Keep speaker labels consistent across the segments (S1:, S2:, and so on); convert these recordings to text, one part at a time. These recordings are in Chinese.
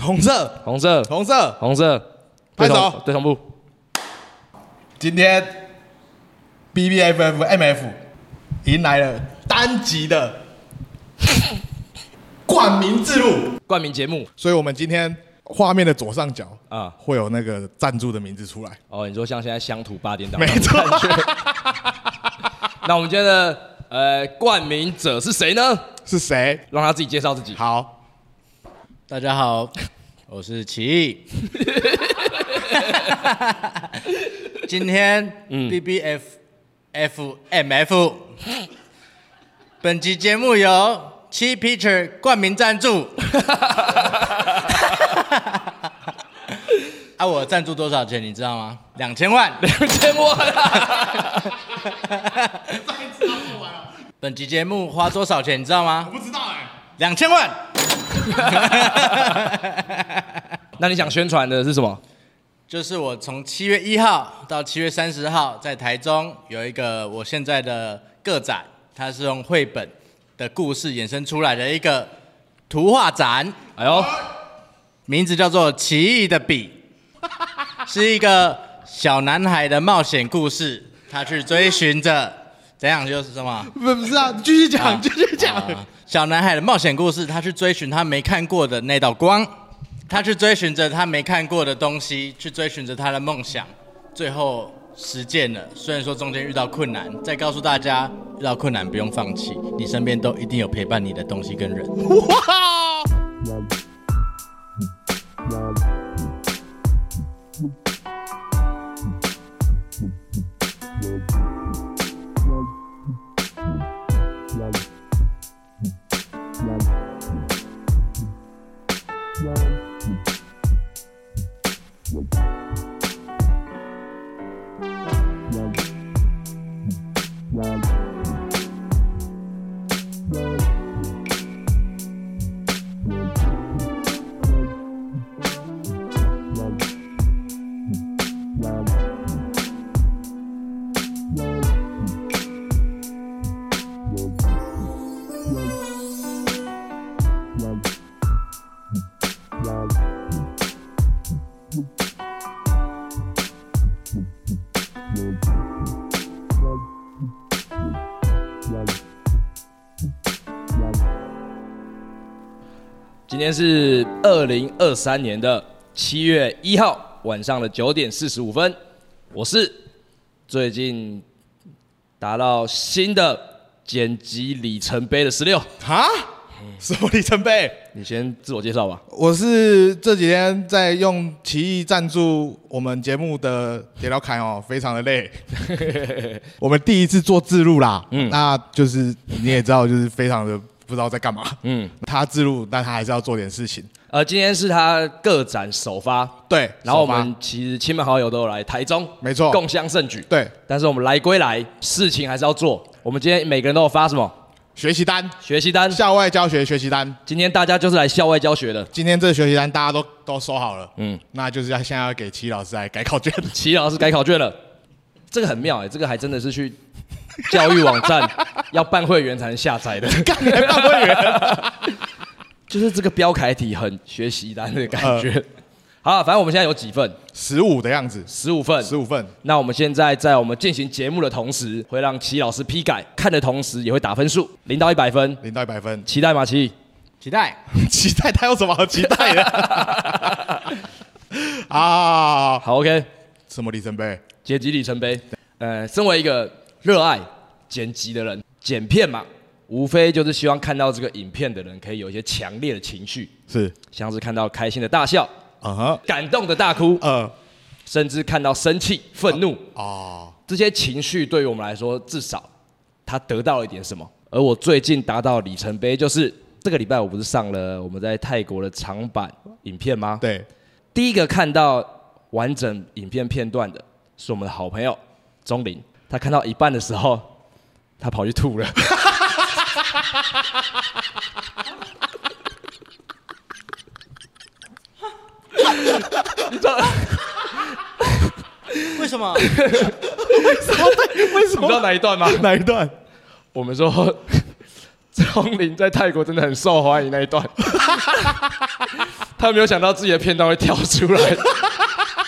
S1: 红色，
S2: 红色，
S1: 红色，
S2: 红色，
S1: 拍
S2: 对
S1: 手
S2: 同对同步，
S1: 今天 B B F F M F 迎来了单集的 冠名之路，
S2: 冠名节目
S1: 所以我们今天画面的左上角
S2: 啊，
S1: 会有那个赞助的名字出来。
S2: 哦，你说像现在乡土八点档，
S1: 没错。
S2: 那我们今天的呃冠名者是谁呢？
S1: 是谁？
S2: 让他自己介绍自己。
S1: 好，
S3: 大家好，我是奇艺。今天 B B F F M F，本集节目由七 Picture 冠名赞助。 啊，我赞助多少钱你知道吗？两千万。
S2: 两千万，
S3: 本集节目花多少钱你知道吗？
S1: 不知道哎、
S3: 两千万。
S2: 那你想宣传的是什么？
S3: 就是我从七月一号到七月三十号，在台中有一个我现在的个展，它是用绘本的故事衍生出来的一个图画展，
S2: 哎呦，
S3: 名字叫做《奇异的笔》， 是一个小男孩的冒险故事，他去追寻着怎样就是什么。
S1: 不不是啊，继续讲，继续讲。
S3: 啊小男孩的冒险故事，他去追寻他没看过的那道光，他去追寻着他没看过的东西，去追寻着他的梦想，最后实践了。虽然说中间遇到困难，再告诉大家，遇到困难不用放弃，你身边都一定有陪伴你的东西跟人。
S1: 哇！
S2: 今天是二零二三年的七月一号晚上的九点四十五分，我是最近达到新的剪辑里程碑的十六。
S1: 哈？什么里程碑？
S2: 你先自我介绍吧。
S1: 我是这几天在用奇艺赞助我们节目的铁老凯哦， 非常的累。我们第一次做自录啦，嗯，那就是你也知道，就是非常的不知道在干嘛。
S2: 嗯，
S1: 他自录，但他还是要做点事情。
S2: 呃，今天是他个展首发，
S1: 对，
S2: 然后我
S1: 首发
S2: 们其实亲朋好友都有来台中，
S1: 没错
S2: 共襄盛举。，
S1: 对
S2: 但是我们来归来，事情还是要做。我们今天每个人都有发什么
S1: 学习单、
S2: 学习单，
S1: 校外教学学习单，
S2: 今天大家就是来校外教学的。
S1: 今天这个学习单大家都都收好了，
S2: 嗯
S1: 嗯，那就是要现在要给齐老师来改考卷。
S2: 齐老师改考卷了，这个很妙哎、这个还真的是去教育网站 要办会员才能下 载的，
S1: 干你还办会员？
S2: 就是这个标楷体很学习单的感觉。
S1: 呃
S2: 好啊，反正我们现在有几份，
S1: 十五的样子，
S2: 十五份，
S1: 十五份，
S2: 那我们现在在我们进行节目的同时，会让齐老师批改，看的同时也会打分数，零到一百分，，
S1: 零到一百分
S2: 期待吗？齐，
S3: 期待
S1: 期待他有什么好期待的？ 啊，
S2: 好，OK，
S1: 什么里程碑？
S2: 剪辑里程碑。呃，身为一个热爱剪辑的人，剪片嘛，无非就是希望看到这个影片的人可以有一些强烈的情绪，
S1: 是，
S2: 像是看到开心的大笑、
S1: 嗯哼，
S2: 感动的大哭，
S1: 呃，
S2: 甚至看到生气、愤怒
S1: 哦，
S2: 这些情绪，对于我们来说，至少他得到了一点什么。而我最近达到里程碑，就是这个礼拜我不是上了我们在泰国的长版影片吗？，
S1: 对，
S2: 第一个看到完整影片片段的是我们的好朋友钟林，他看到一半的时候，他跑去吐了。你知道
S3: 为什么？
S1: 为什
S2: 你知道？哪一段吗？
S1: 哪一段？
S2: 我们说 钟林在泰国真的很受欢迎那一段， 他没有想到自己的片段会跳出来。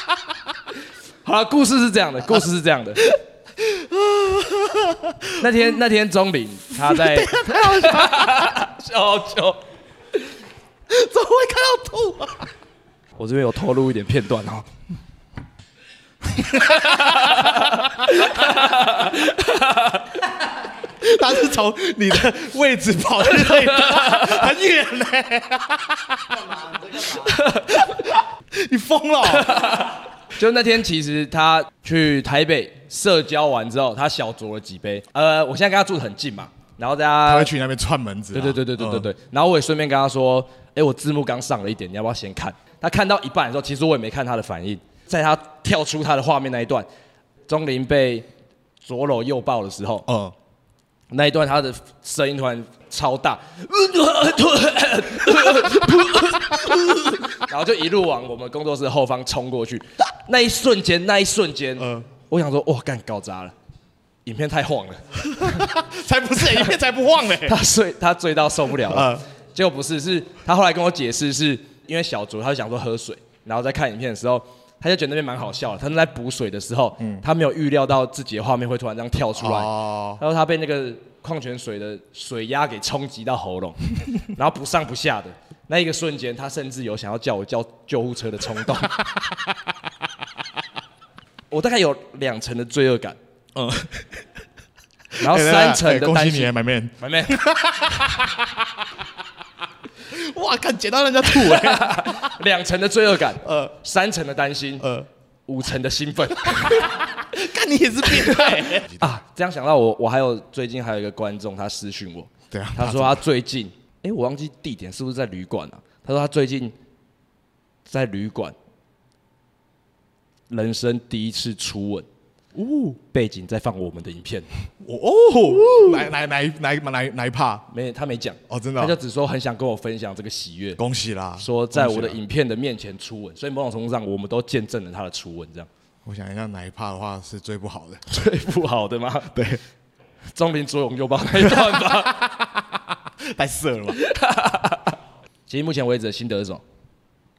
S2: 好了，故事是这样的，故事是这样的。那天那天钟林 他在小九，
S1: 怎么会看到吐啊？
S2: 我这边有透露一点片段哦。
S1: 他是从你的位置跑去那里的，很远嘞、 你疯了哦、
S2: 就那天，其实他去台北社交完之后，他小酌了几杯。呃，我现在跟他住得很近嘛，然后大
S1: 他
S2: 家
S1: 会去你那边串门子啊、
S2: 对对对对对对对
S1: 嗯。
S2: 然后我也顺便跟他说，哎，我字幕刚上了一点，你要不要先看？他看到一半的时候，其实我也没看他的反应，在他跳出他的画面那一段，钟林被左搂右抱的时候，
S1: 嗯，
S2: 那一段他的声音突然 超大，然后就一路往我们工作室的后方冲过去。那一瞬间，那一瞬间，
S1: 嗯
S2: 我想说，哇，干搞砸了，影片太晃了，
S1: 才不是、一片才不晃嘞、
S2: 他醉，他醉到受不了了。
S1: 嗯
S2: 结果不是，是他后来跟我解释，是因为小卓他就想说喝水，然后在看影片的时候。他就觉得那边蛮好笑的，他们在补水的时候，他没有预料到自己的画面会突然这样跳出来，
S1: 嗯哦，
S2: 然后他被那个矿泉水的水压给冲击到喉咙， 然后不上不下的那一个瞬间，他甚至有想要叫我叫救护车的冲动。 我大概有两层的罪恶感，
S1: 嗯，哎
S2: 然后三层的
S1: 恭
S2: 担
S1: 喜你，
S2: 心。
S1: 买面，
S2: 妹妹，
S1: 哇，看捡到人家吐哎、
S2: 两层的罪恶感，
S1: 呃
S2: 三层的担心，
S1: 呃，
S2: 五层的 兴奋
S1: 看你也是变态、
S2: 啊！这样想到我，我还有最近还有一个观众，他私讯我，
S1: 对啊，
S2: 他说他最近，哎、我忘记地点是不是在旅馆啊？他说他最近在旅馆，人生第一次初吻，
S1: 哦，
S2: 背景在放我们的影片，
S1: 哦，来来来来来来一趴
S2: 没他没讲，
S1: 哦，真的
S2: 他就
S1: 哦、
S2: 只说很想跟我分享这个喜悦，
S1: 恭喜啦！
S2: 说在我的
S1: 恭喜啦，
S2: 影片的面前初吻，所以某种程度上我们都见证了他的初吻，这样
S1: 我想一下，哪一趴的话是最不好的？
S2: 最不好的吗？
S1: 对，
S2: 钟林左拥右抱那一段吧。
S1: 太色了吧？
S2: 其实目前为止的心得是什么？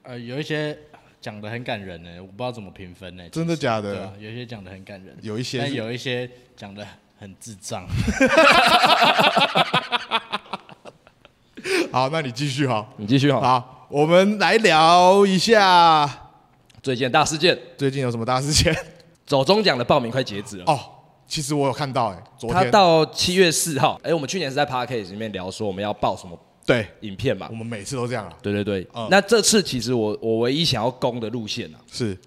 S3: 呃，有一些讲的很感人呢，我不知道怎么评分呢。
S1: 真的假的
S3: 对啊，有一些讲的很感人，
S1: 有一些
S3: 但
S1: 是
S3: 有一些讲的很智障。
S2: 啊
S1: 好，那你继续哈。
S2: 你继续好，
S1: 好，我们来聊一下
S2: 最近的大事件，
S1: 最近有什么大事件
S2: 走中奖的报名快截止了。
S1: 哦。其实我有看到哎、昨
S2: 他
S1: 天
S2: 到七月四号，哎、我们去年是在 Parkcase 里面聊说我们要报什么
S1: 对，
S2: 影片嘛
S1: 我？们每次都这样啊，
S2: 对对对。
S1: 嗯
S2: 那这次其实我我唯一想要攻的路线啊，
S1: 是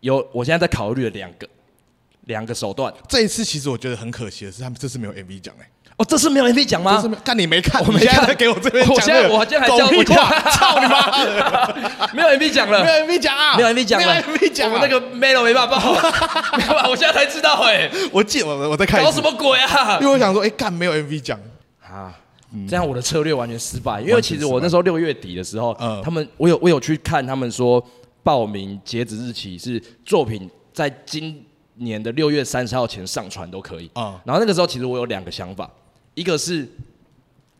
S2: 有我现在在考虑了两个两个手段。
S1: 这一次其实我觉得很可惜的是，他们这次没有 MV 奖哎、
S2: 哦，这次没有 MV 讲
S1: 欸，
S2: 吗
S1: 这次？没看你没看，
S2: 我没
S1: 你现在
S2: 看
S1: 在给我这边
S2: 我
S1: 讲
S2: 现在
S1: 这个
S2: 我现在还
S1: 狗
S2: 叫
S1: 屁
S2: 我
S1: 话， 操你妈！
S2: 妈！没有 MV 讲了
S1: 没。有 MV 奖啊，
S2: 没有 MV 讲
S1: 没有
S2: 了，
S1: MV 奖啊，
S2: 我们那个 Melo 没办法报， 没办法，我现在才知道哎、
S1: 我记我我在看一次
S2: 搞什？么鬼啊
S1: 因？为我想说，哎、干没有 MV 奖，
S2: 啊，这样我的策略完全失败，因为其实我那时候六月底的时候，
S1: 嗯
S2: 他们我有我有去看他们说报名截止日期是作品在今年的六月三十号前上传都可以。
S1: 嗯
S2: 然后那个时候其实我有两个想法，一个是。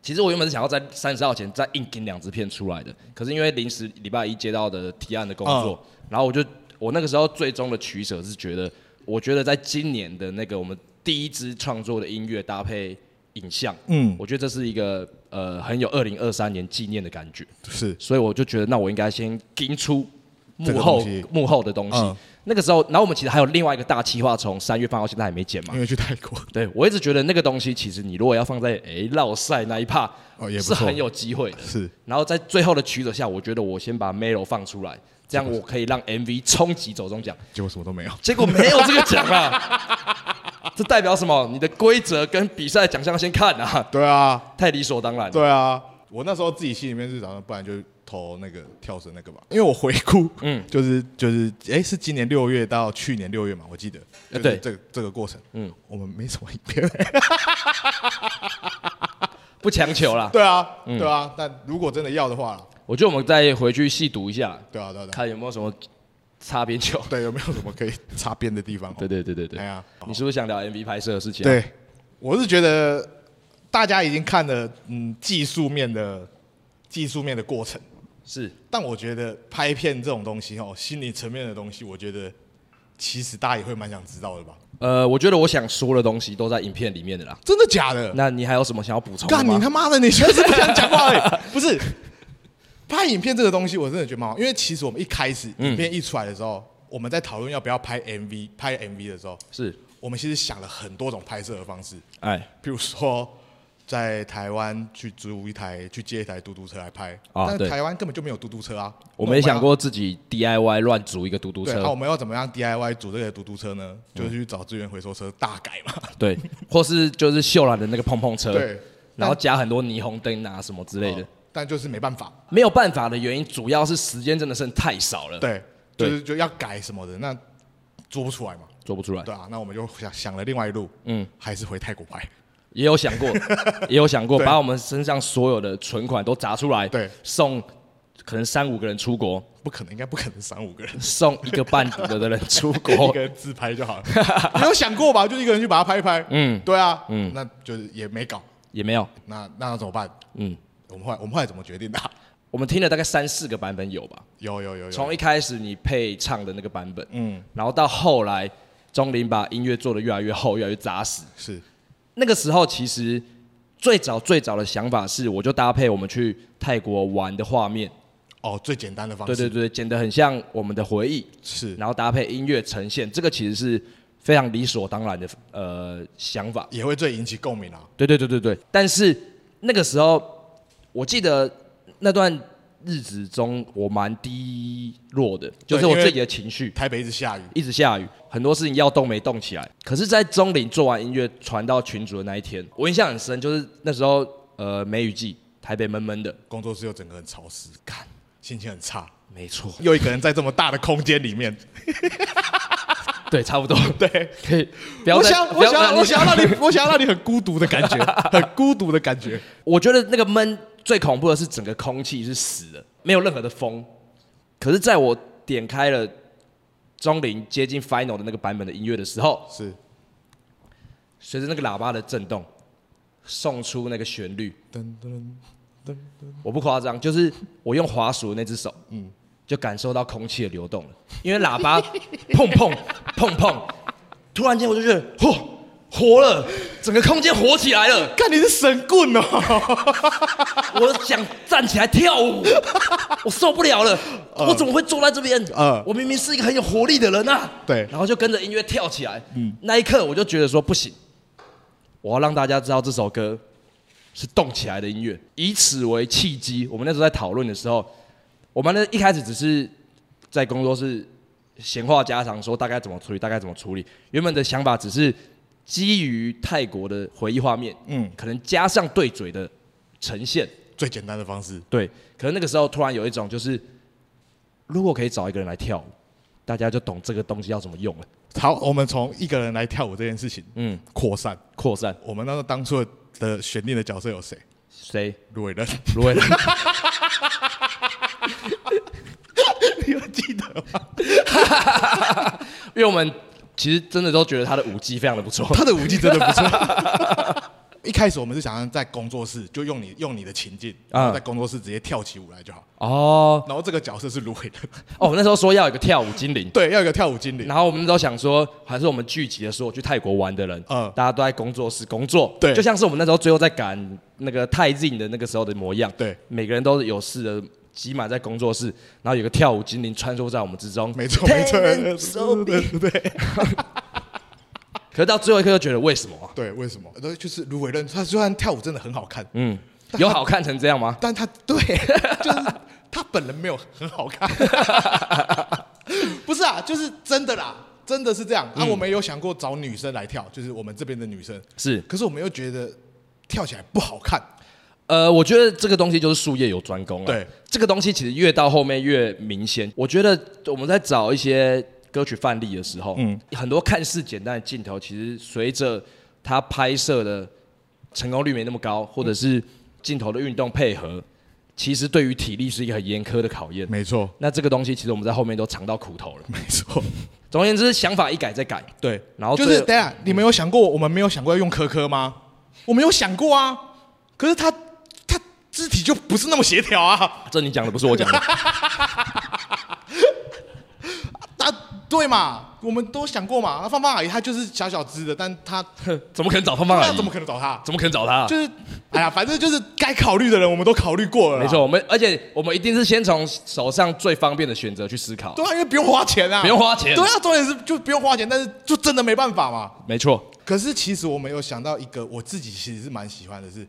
S2: 其实我原本是想要在三十号前再硬顶两支片出来的，可是因为临时礼拜一接到的提案的工作，
S1: 嗯
S2: 然后我就我那个时候最终的取舍是觉得，我觉得在今年的那个我们第一支创作的音乐搭配影像，
S1: 嗯，
S2: 我觉得这是一个呃很有二零二三年纪念的感觉，
S1: 是
S2: 所以我就觉得那我应该先盯出
S1: 这
S2: 幕
S1: 个
S2: 后
S1: 东西
S2: 幕后的东西。
S1: 嗯
S2: 那个时候，然后我们其实还有另外一个大企划，从三月份到现在还没剪嘛
S1: 因。为去泰国
S2: 对，我一直觉得那个东西，其实你如果要放在诶绕赛那一趴，
S1: 哦也不
S2: 是
S1: 错
S2: 很有机会的。
S1: 是
S2: 然后在最后的取舍下，我觉得我先把 Melo 放出来，这样我可以让 MV 冲击走中奖。
S1: 结果什么都没有，
S2: 结果没有这个奖啊， 这代表什么？你的规则跟比赛奖项先看啊，
S1: 对啊，
S2: 太理所当然了。
S1: 对啊，我那时候自己心里面是打算，不然就投那个跳绳那个吧，因为我回顾，
S2: 嗯
S1: 嗯，就是就是，哎、是今年六月到去年六月嘛，我记得，就
S2: 呃
S1: 是
S2: 对
S1: 这个这个过程，
S2: 嗯
S1: 嗯，我们没什么影片，
S2: 不强求啦。
S1: 对啊，对啊，但如果真的要的话啦，
S2: 我觉得我们再回去细读一下，
S1: 对啊，对啊，对啊
S2: 看有没有什么擦边球。
S1: 对，有没有什么可以擦边的地方？
S2: 对对对对
S1: 哎
S2: 对，
S1: 呀，
S2: 你是不是想聊 MV 拍摄的事情、，啊
S1: 对，我是觉得嗯大家已经看了，嗯，技术面的技术面的过程，
S2: 是
S1: 但我觉得拍片这种东西哦，心理层面的东西，我觉得其实大家也会蛮想知道的吧？
S2: 呃，我觉得我想说的东西都在影片里面的啦。
S1: 真的假的？
S2: 那你还有什么想要补充的
S1: 干你他
S2: 吗？
S1: 妈的！你现在是不想讲话哎？ 不是，拍影片这个东西，我真的觉得蛮好，因为其实我们一开始影片一出来的时候，我们在讨论要不要拍 MV，拍 MV 的时候，
S2: 是，
S1: 我们其实想了很多种拍摄的方式，
S2: 哎，
S1: 比如说在台湾去租一台，去借一台嘟嘟车来拍，
S2: 啊
S1: 但
S2: 对
S1: 是台湾根本就没有嘟嘟车啊。
S2: 我没想
S1: 那
S2: 过自己 DIY 乱组一个嘟嘟
S1: 我们要。对，那、我
S2: 车，
S1: 们要怎么样 DIY 组这个嘟嘟车呢？就是去找资源回收车大改嘛。
S2: 对，或是就是秀兰的那个碰碰车，
S1: 对，
S2: 然后加很多霓虹灯啊什么之类的
S1: 哦。但就是没办法，
S2: 没有办法的原因，主要是时间真的剩太少了，，
S1: 对，
S2: 对
S1: 就是就要改什么的，那做不出来嘛。
S2: 做不出来
S1: 对。啊，那我们就想想了另外一路，
S2: 嗯
S1: 嗯，还是回泰国拍。
S2: 也 有想过，也有想过
S1: 对
S2: 把我们身上所有的存款都砸出来，
S1: 对
S2: 送可能三五个人出国，
S1: 不可能，应该不可能三五个人，
S2: 送一个半个的人出
S1: 一
S2: 国
S1: 个，人自拍就好了。没有想过吧？就一个人去把它拍一拍。
S2: 嗯
S1: 嗯，对啊，
S2: 嗯
S1: 嗯，那就是也没搞。
S2: 也没有，
S1: 那那要怎么办？
S2: 嗯，
S1: 我们后来我们后来怎么决定的啊？
S2: 我们听了大概三四个版本 有吧，
S1: 有有有有，
S2: 从一开始你配唱的那个版本，
S1: 嗯
S2: 然后到后来钟林把音乐做的越来越厚，越来越扎实，
S1: 是
S2: 那个时候其实最早最早的想法是，我就搭配我们去泰国玩的画面，
S1: 哦，最简单的方
S2: 对
S1: 式，
S2: 对对，剪得很像我们的回忆，
S1: 是
S2: 然后搭配音乐呈现，这个其实是非常理所当然的呃想法。
S1: 也会最引起共鸣啊。
S2: 对对对对对，但是那个时候我记得那段日子中我蛮低落的，就是我
S1: 因为
S2: 自己的情绪。
S1: 台北一直下雨，
S2: 一直下雨，很多事情要动没动起来。可是，在中岭做完音乐传到群主的那一天，我印象很深，就是那时候呃梅雨季，台北闷闷的，
S1: 工作室又整个很潮湿，看心情很差。
S2: 没错，
S1: 又一个人在这么大的空间里面，
S2: 对，差 不多，对，可以，不要
S1: 我
S2: 再
S1: 想，
S2: 不
S1: 我
S2: 要
S1: 想，
S2: 再
S1: 我想要 让你，我想要让你很孤独的感觉，很孤独的感觉。
S2: 我觉得那个闷最恐怖的是整个空气是死的，没有任何的风。可是，在我点开了钟林接近 final 的那个版本的音乐的时候，
S1: 是，
S2: 随着那个喇叭的震动，送出那个旋律，
S1: 噔噔噔噔，
S2: 我不夸张，就是我用滑鼠的那只手，嗯
S1: 嗯，
S2: 就感受到空气的流动了，因为喇叭碰碰碰碰，突然间我就觉得，嚯，活了，整个空间活起来了。
S1: 看你是神棍哦！
S2: 我想站起来跳舞，我受不了了，
S1: 嗯
S2: 我怎么会坐在这边？
S1: 呃
S2: 我明明是一个很有活力的人啊。
S1: 对嗯
S2: 然后就跟着音乐跳起来。那一刻我就觉得说不行，我要让大家知道这首歌是动起来的音乐，以此为契机。我们那时候在讨论的时候，我们那一开始只是在工作室闲话家常，说大概怎么处理，大概怎么处理。原本的想法只是基于泰国的回忆画面，嗯
S1: 嗯，
S2: 可能加上对嘴的呈现，
S1: 最简单的方式，
S2: 对。可能那个时候突然有一种就是，如果可以找一个人来跳舞，大家就懂这个东西要怎么用了。
S1: 好，我们从一个人来跳舞这件事情，
S2: 嗯
S1: 嗯，扩散。
S2: 扩散
S1: 我们那时候当初的选定的角色有谁？
S2: 谁？
S1: 卢伟仁，
S2: 卢伟仁，
S1: 你有记得吗？
S2: 因为我们其实真的都觉得他的舞技非常的不错。
S1: 他的舞技真的不错。 一开始我们是想要在工作室，就用你用你的情境，
S2: 啊
S1: 然后在工作室直接跳起舞来就好。
S2: 哦
S1: 然后这个角色是卢伟仁，
S2: 哦，那时候说要有一个跳舞精灵，
S1: 对，要有一个跳舞经理。
S2: 然后我们都想说，还是我们聚集的所有去泰国玩的人，
S1: 嗯
S2: 大家都在工作室工作，
S1: 对
S2: 就像是我们那时候最后在赶那个泰 Zin 的那个时候的模样，
S1: 对
S2: 每个人都有事的挤满在工作室，然后有个跳舞精灵穿梭在我们之中，
S1: 没错，没错， 对对对对
S2: 可是到最后一刻就觉得为什么啊、
S1: 对，为什么？那就是卢伟仁，他虽然跳舞真的很好看，
S2: 嗯，有好看成这样吗？
S1: 但他对， 就是他本人没有很好看， 不是啊，就是真的啦，真的是这样。啊，我们有想过找女生来跳，就是我们这边的女生，
S2: 是，
S1: 可是我们又觉得跳起来不好看，
S2: 呃，我觉得这个东西就是术业有专攻了。啊
S1: 对，
S2: 这个东西其实越到后面越明显。我觉得我们在找一些歌曲范例的时候，嗯
S1: 嗯，
S2: 很多看似简单的镜头，其实随着它拍摄的成功率没那么高，或者是镜头的运动配合，其实对于体力是一个很严苛的考验。
S1: 没错，
S2: 那这个东西其实我们在后面都尝到苦头了。
S1: 没错，
S2: 总而言之，想法一改再改，
S1: 对。
S2: 然后嗯
S1: 就
S2: 最
S1: 是等一下，你们有想过我们没有想过要用科科吗？我们有想过啊，可是他他肢体就不是那么协调啊，
S2: 这你讲的不是我讲 的，
S1: 啊，对嘛，我们都想过嘛，那芳芳阿姨她就是小小只的，但 她
S2: 怎么可能找芳芳阿
S1: 那
S2: 姨？
S1: 怎么可能找她？
S2: 怎么可能找她？
S1: 就是，哎呀，反正就是该考虑的人，我们都考虑过了，
S2: 没错，，我们而且我们一定是先从手上最方便的选择去思考。
S1: 对啊，因为不用花钱啊，
S2: 不用花钱
S1: 对啊，重点是就不用花钱，但是就真的没办法嘛。
S2: 没错，
S1: 可是其实我们有想到一个，我自己其实是蛮喜欢的是，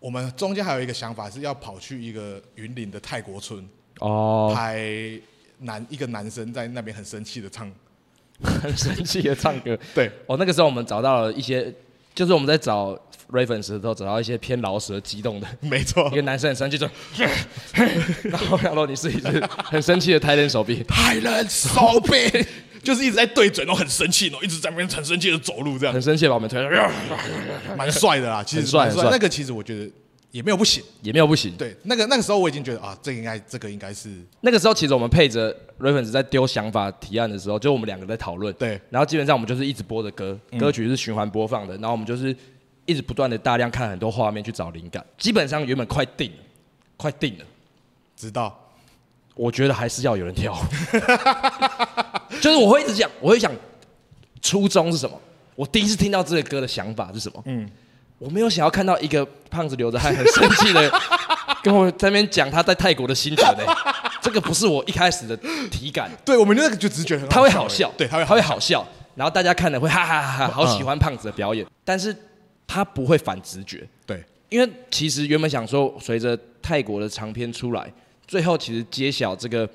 S1: 我们中间还有一个想法是要跑去一个云林的泰国村
S2: 哦，
S1: 拍男一个男生在那边很生气的唱，
S2: 很神奇的唱歌。
S1: 对，
S2: 哦，那个时候我们找到了一些，就是我们在找 Raven 时候找到一些偏老舌激动的。
S1: 没错
S2: 一，个男生很生气就， 然后然后你是一只很生气的抬人手臂，
S1: 泰人手背 就是一直在对嘴，然后很生气，然后一直在那边很生气的走路，这样
S2: 很生气地把我们推，
S1: 蛮帅的啦，其
S2: 很
S1: 实
S2: 帅
S1: 蛮
S2: 很
S1: 帅。
S2: 帅
S1: 那个其实我觉得也没有不行，
S2: 也没有不行。
S1: 对，那个那个时候我已经觉得啊，这个应该这个应该是
S2: 那个时候其实我们配着 Raven 在丢想法提案的时候，就我们两个在讨论，
S1: 对
S2: 然后基本上我们就是一直播着歌，歌曲是循环播放的，然后我们就是一直不断的大量看很多画面去找灵感，基本上原本快定了，快定了。
S1: 知道。
S2: 我觉得还是要有人跳， 就是我会一直讲，我会想初衷是什么？我第一次听到这个歌的想法是什么？嗯，我没有想要看到一个胖子流着汗很生气 的跟我在那边讲他在泰国的心得呢，这个不是我一开始的体感，
S1: 对，我们那个就只是觉得很
S2: 他会好笑
S1: 笑，，哦嗯对，他会
S2: 他会好笑，然后大家看了会哈哈哈哈，好喜欢胖子的表演，但是他不会反直觉，
S1: 对，
S2: 因为其实原本想说，随着泰国的长片出来，最后其实揭晓这个，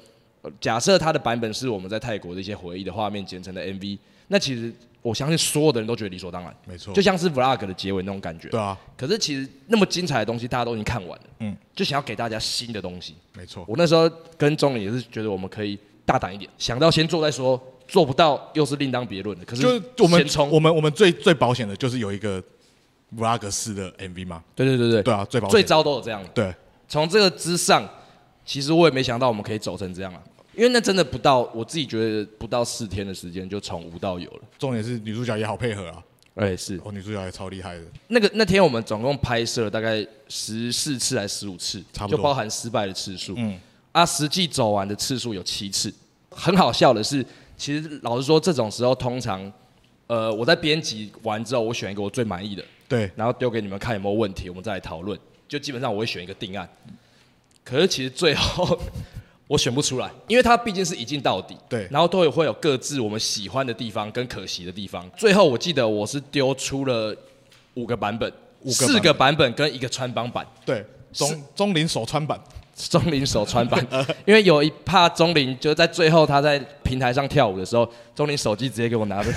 S2: 呃假设它的版本是我们在泰国的一些回忆的画面剪成的 MV，那其实我相信所有的人都觉得理所当然，
S1: 没错
S2: 就像是 vlog 的结尾那种感觉。
S1: 对啊，
S2: 可是其实那么精彩的东西，大家都已经看完了，
S1: 嗯
S2: 嗯，就想要给大家新的东西。
S1: 没错，
S2: 我那时候跟钟林也是觉得我们可以大胆一点，想到先做再说，做不到又是另当别论的。可是
S1: 就是我们
S2: 先冲，
S1: 我们我们最最保险的就是有一个 vlog 式的 MV 嘛，
S2: 对对对对，
S1: 对啊，最保险
S2: 最糟都有这样。
S1: 对，
S2: 从这个之上，其实我也没想到我们可以走成这样啊，因为那真的不到，我自己觉得不到四天的时间就从无到有了。
S1: 重点是女主角也好配合啊，
S2: 哎、是
S1: 哦，女主角也超厉害的，
S2: 那个那天我们总共拍摄了大概十四次还是十五次，
S1: 差不多
S2: 就包含失败的次数。
S1: 嗯
S2: 嗯，啊，实际走完的次数有七次。很好笑的是，其实老实说，这种时候通常，呃，我在编辑完之后，我选一个我最满意的，
S1: 对，
S2: 然后丢给你们看有没有问题，我们再来讨论。就基本上我会选一个定案，可是其实最后 我选不出来，因为它毕竟是一镜到底，
S1: 对
S2: 然后都有会有各自我们喜欢的地方跟可惜的地方。最后我记得我是丢出了五个版本，
S1: 五个版本
S2: 四个版本跟一个穿帮版。
S1: 对，
S2: 是
S1: 中中林手穿版，
S2: 钟林手穿版，因为有一怕钟林就是在最后他在平台上跳舞的时候，钟林手机直接给我拿着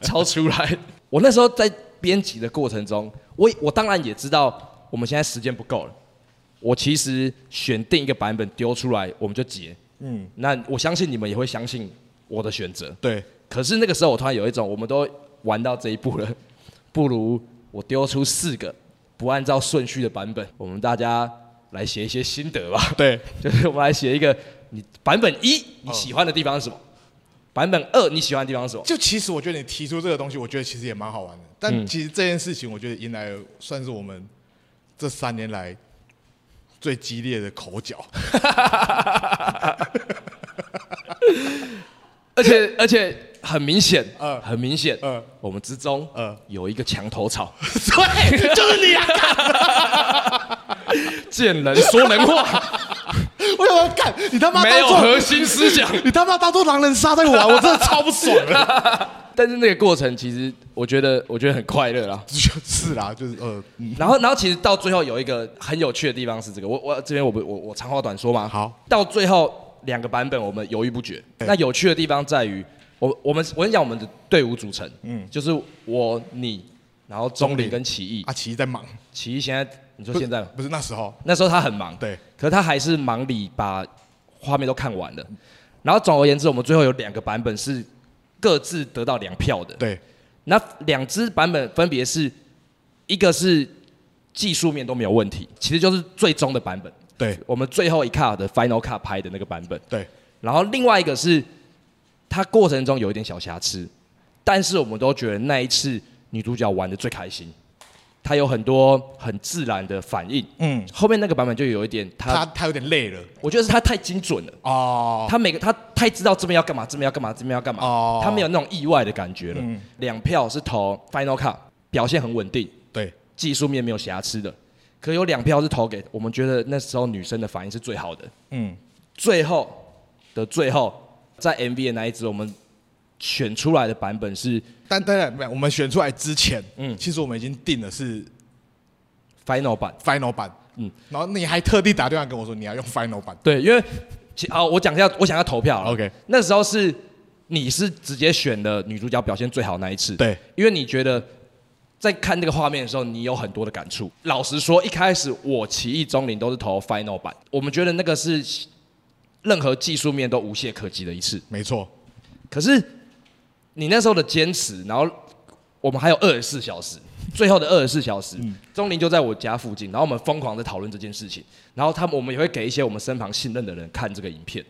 S2: 抄出来。我那时候在编辑的过程中，我我当然也知道我们现在时间不够了，我其实选定一个版本丢出来我们就结，嗯，那我相信你们也会相信我的选择。
S1: 对，
S2: 可是那个时候我突然有一种，我们都玩到这一步了， 不如我丢出四个不按照顺序的版本，我们大家来写一些心得吧。
S1: 对，
S2: 就是我们来写一个，你版本一你喜欢的地方是什么？版本二你喜欢的地方是什么？
S1: 就其实我觉得你提出这个东西，我觉得其实也蛮好玩的，
S2: 嗯
S1: 但其实这件事情，我觉得迎来了算是我们这三年来最激烈的口 角，
S2: 而且而且很明显，
S1: 嗯
S2: 很明显，
S1: 嗯
S2: 我们之中，
S1: 嗯
S2: 有一个墙头草，
S1: 对，就是你啊，
S2: 见人说人话，
S1: 我想要干你他妈
S2: 没
S1: 当
S2: 有
S1: 作
S2: 核心思想。
S1: 你他妈当做狼人杀在玩，我真的超不爽的。
S2: 但是那个过程其实我觉得我觉得很快乐 啦，
S1: 就是啦，就是呃，嗯
S2: 然后，然后其实到最后有一个很有趣的地方是这个，我我这边我不我我长话短说嘛。
S1: 好，
S2: 到最后两个版本我们犹豫不决。
S1: 对
S2: 那有趣的地方在于，我我们我跟你讲我们的队伍组成，嗯，就是我你，然后
S1: 钟
S2: 钟
S1: 林
S2: 林跟奇艺
S1: 阿，奇在忙，
S2: 奇艺现在你说现在吗
S1: 不是那时候，
S2: 那时候他很忙，
S1: 对，
S2: 可是他还是忙里把画面都看完了。然后总而言之，我们最后有两个版本是各自得到两票的，
S1: 对
S2: 那两支版本分别是，一个是技术面都没有问题，其实就是最终的版本，
S1: 对
S2: 我们最后一卡的 final cut 拍的那个版本。
S1: 对，
S2: 然后另外一个是，它过程中有一点小瑕疵，但是我们都觉得那一次女主角玩的最开心，它有很多很自然的反应。
S1: 嗯，
S2: 后面那个版本就有一点，它
S1: 他他有点累了
S2: 我觉得是它太精准了。
S1: 哦，
S2: 他每个他太知道这边要干嘛，这边要干嘛，这边要干嘛，
S1: 哦嗯
S2: 他没有那种意外的感觉了。两、票是投 Final Cut，表现很稳定，
S1: 对，
S2: 技术面没有瑕疵的。可有两票是投给我们觉得那时候女生的反应是最好的。
S1: 嗯，
S2: 最后的最后，在 MV 的那一支，我们选出来的版本是
S1: 但当然，没有我们选出来之前，
S2: 嗯
S1: 嗯，其实我们已经定了是
S2: Final 版。
S1: final 版，
S2: 嗯
S1: 嗯，然后你还特地打电话跟我说你要用 final 版，
S2: 对，因为其哦，我讲一下，我想要投票了。
S1: OK
S2: 那时候是你是直接选了女主角表现最好那一次。
S1: 对，
S2: 因为你觉得在看这个画面的时候，你有很多的感触。老实说，一开始我奇异钟灵都是投 Final 版，我们觉得那个是任何技术面都无懈可击的一次。
S1: 没错，
S2: 可是你那时候的坚持，然后我们还有二十四小时，最后的二十四小时，钟林就在我家附近，然后我们疯狂的讨论这件事情，然后他们我们也会给一些我们身旁信任的人看这个影片。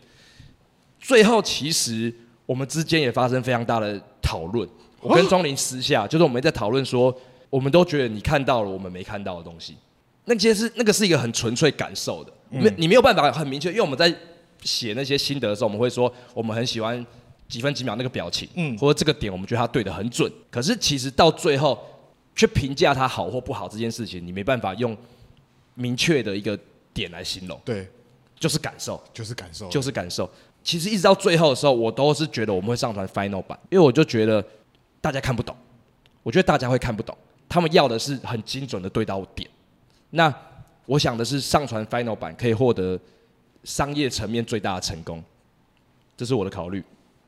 S2: 最后其实我们之间也发生非常大的讨论，我跟钟林私下就是我们在讨论说，我们都觉得你看到了我们没看到的东西，那些是那个是一个很纯粹感受的，没、你没有办法很明确，因为我们在写那些心得的时候，我们会说我们很喜欢几分几秒那个表情，嗯，
S1: 嗯
S2: 或者这个点我们觉得他对的很准，可是其实到最后去评价他好或不好这件事情，你没办法用明确的一个点来形容，
S1: 对，
S2: 就是感受，
S1: 就是感受，
S2: 就是是感受。其实一直到最后的时候，我都是觉得我们会上传 final 版，因为我就觉得大家看不懂，我觉得大家会看不懂，他们要的是很精准的对到点。那我想的是上传 final 版可以获得商业层面最大的成功，这是我的考虑。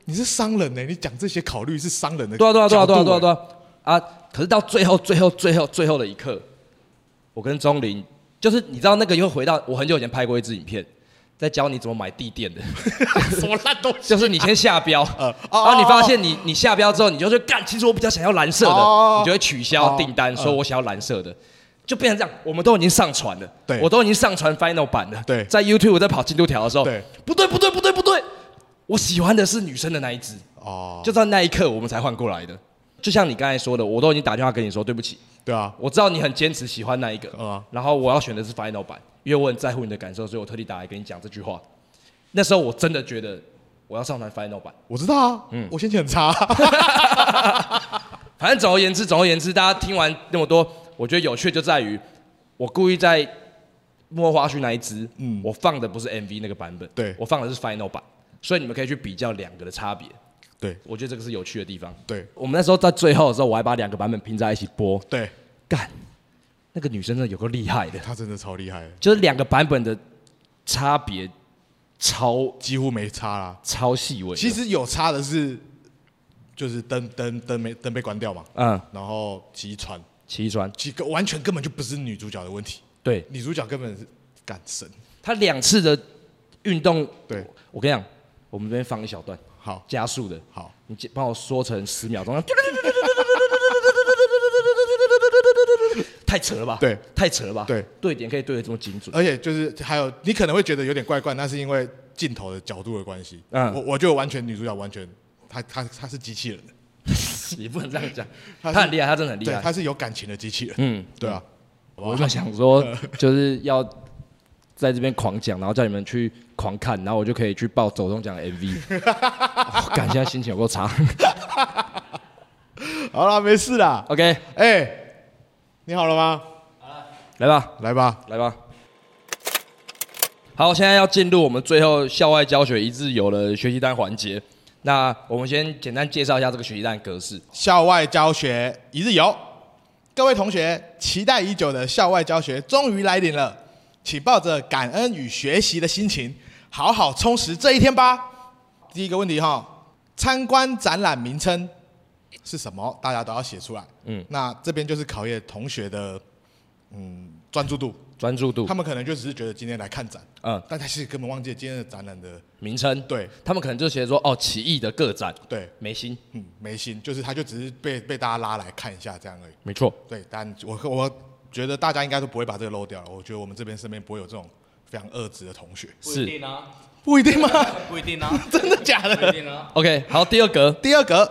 S1: 你是商人呢、你讲这些考虑是商人的、
S2: 对啊，对啊，对啊，对啊，对啊，对啊！啊，可是到最后、最后、最后、最后的一刻，我跟钟林，就是你知道那个又回到我很久以前拍过一支影片，在教你怎么买地垫的，
S1: 啊，什么烂东西，
S2: 就是你先下标，
S1: 呃，
S2: 然
S1: 哦
S2: 后你发现你你下标之后，你就去干，其实我比较想要蓝色的
S1: 哦，
S2: 你就会取消
S1: 哦
S2: 订单，说我想要蓝色的。就变成这样，我们都已经上传了，
S1: 对
S2: 我都已经上传 final 版了。
S1: 对
S2: 在 YouTube 我在跑进度条的时候，
S1: 对，
S2: 不对不对不对不对，我喜欢的是女生的那一只，
S1: 哦，
S2: 就在那一刻我们才换过来的。就像你刚才说的，我都已经打电话跟你说对不起，
S1: 对啊，
S2: 我知道你很坚持喜欢那一个，
S1: 嗯啊
S2: 然后我要选的是 final 版，因为我很在乎你的感受，所以我特地打来跟你讲这句话。那时候我真的觉得我要上传 final 版。
S1: 我知道啊，嗯，我心情很差、
S2: 反正总而言之，总而言之，大家听完那么多，我觉得有趣就在于我故意在幕后花絮那一支，嗯
S1: 嗯，
S2: 我放的不是 MV 那个版本，
S1: 对
S2: 我放的是 final 版，所以你们可以去比较两个的差别。
S1: 对
S2: 我觉得这个是有趣的地方。
S1: 对
S2: 我们那时候在最后的时候，我还把两个版本拼在一起播，
S1: 对，
S2: 干，那个女生真的有个厉害的，
S1: 他真的超厉害的，
S2: 就是两个版本的差别超
S1: 几乎没差啦。
S2: 超细微的。
S1: 其实有差的是，就是灯灯灯没灯被关掉嘛，
S2: 嗯，
S1: 然后骑船，
S2: 齐川，
S1: 其实完全根本就不是女主角的问题，
S2: 对
S1: 女主角根本是干神。
S2: 他两次的运动，
S1: 对，
S2: 我跟你讲，我们这边放一小段
S1: 好，
S2: 加速的。
S1: 好，
S2: 你接帮我说成十秒钟，太扯了吧？
S1: 对，
S2: 太扯了吧？
S1: 对，
S2: 对点可以对的这么精准。
S1: 而且就是还有你可能会觉得有点怪怪，那是因为镜头的角度的关系。
S2: 嗯
S1: 我我觉得完全女主角完全，她她她是机器人，
S2: 你不能这样讲，
S1: 他
S2: 他
S1: 是
S2: 很厉害，他真的很厉
S1: 对，
S2: 害。
S1: 她是有感情的机器人。
S2: 嗯，
S1: 对啊，
S2: 我就想 说，就是要在这边狂讲，然后叫你们去狂看，然后我就可以去报走中奖的 MV。我感现在心情有够差。
S1: 好啦，没事啦。
S2: OK，
S1: 哎、你好了吗？
S2: 来吧，
S1: 来吧，
S2: 来吧。好，现在要进入我们最后校外教学一日游的学习单环节。那我们先简单介绍一下这个学习单的格式。
S1: 校外教学一日游，各位同学期待已久的校外教学终于来临了，请抱着感恩与学习的心情，好好充实这一天吧。第一个问题哈，参观展览名称是什么？大家都要写出来。
S2: 嗯
S1: 嗯，那这边就是考验同学的嗯专注度，
S2: 专注度
S1: 他，们可能就只是觉得今天来看展，
S2: 嗯，
S1: 但他其实根本忘记了今天的展览的
S2: 名称，
S1: 对
S2: 他们可能就写说哦，奇异的个展，
S1: 对。
S2: 眉心，
S1: 嗯，没心，就是他就只是被被大家拉来看一下这样而已。
S2: 没错，
S1: 对，但我我觉得大家应该都不会把这个漏掉了。我觉得我们这边身边不会有这种非常恶质的同学，
S3: 不一
S2: 是
S3: 定啊，
S1: 不一定吗？
S3: 不一定啊，
S1: 真的假
S3: 不一
S1: 的？
S3: 定啊。
S2: OK。好，第二格
S1: 第二个，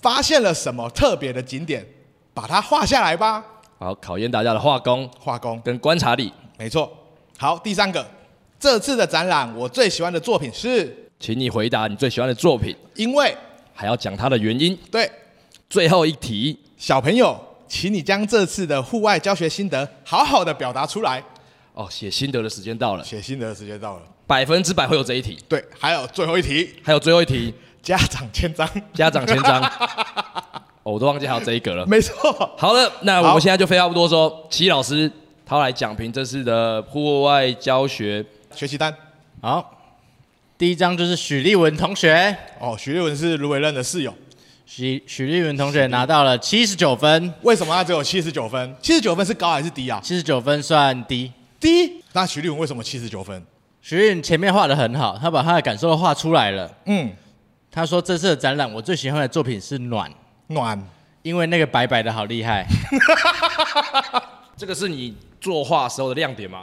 S1: 发现了什么特别的景点，把它画下来吧。
S2: 好考验大家的画工
S1: 画工，
S2: 跟观察力，
S1: 没错。好，第三个，这次的展览我最喜欢的作品是，
S2: 请你回答你最喜欢的作品，
S1: 因为
S2: 还要讲它的原因。
S1: 对
S2: 最后一题，
S1: 小朋友，请你将这次的户外教学心得好好的表达出来。
S2: 哦，写心得的时间到了，
S1: 写心得的时间到了，
S2: 百分之百会有这一题。
S1: 对，还有最后一题，
S2: 还有最后一题，
S1: 家长签章，
S2: 家长签 章。哦，我都忘记还有这一格了。
S1: 没错，
S2: 好了，那我
S1: 好
S2: 们现在就废话不多说，齐老师他要来讲评这次的户外教学。
S1: 学习单。
S3: 好，第一张就是许立文同学，
S1: 哦，徐立文是卢伟任的室友，
S3: 许许立文同学拿到了七十九分，
S1: 为什么他只有七十九分？七十九分是高还是低啊？
S3: 七十九分算低。
S1: 低。那徐立文为什么七十九分？
S3: 许立文前面画的很好，他把他的感受都画出来了。
S1: 嗯，
S3: 他说这次的展览我最喜欢的作品是暖，
S1: 暖。
S3: 因为那个白白的好厉害。
S2: 这个是你作画时候的亮点吗？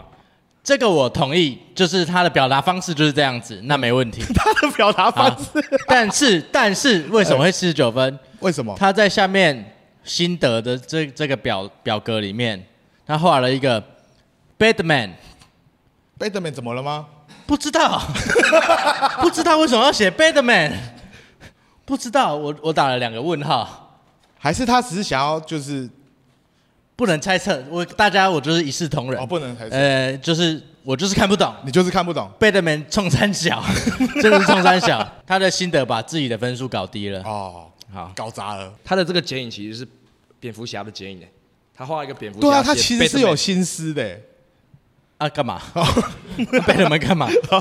S3: 这个我同意，就是他的表达方式就是这样子，那没问题。
S1: 他的 表达方式、
S3: 但是 但是为什么会四十九分？
S1: 啊为什么？
S3: 他在下面心得的这这个表表格里面，他画了一个 Batman，
S1: 贝德曼怎么了吗？
S3: 不知道， 不知道为什么要写 Batman，不知道，我我打了两个问号，
S1: 还是他只是想要就是
S3: 不能猜测，我大家我就是一视同仁，
S1: 哦，不能还是、
S3: 呃，就是我就是看不懂。
S1: 你就是看不懂
S3: Batman 冲三小， 真的是冲三小，他的心得把自己的分数搞低了。
S1: 哦，
S3: 好，
S1: 搞砸了。
S2: 他的这个剪影其实是蝙蝠侠的剪影诶，他画一个蝙蝠侠。
S1: 对啊，
S2: 写
S1: 他其实是
S2: Batman
S1: 有心思的。
S3: 啊，干嘛？贝勒们干嘛？啊，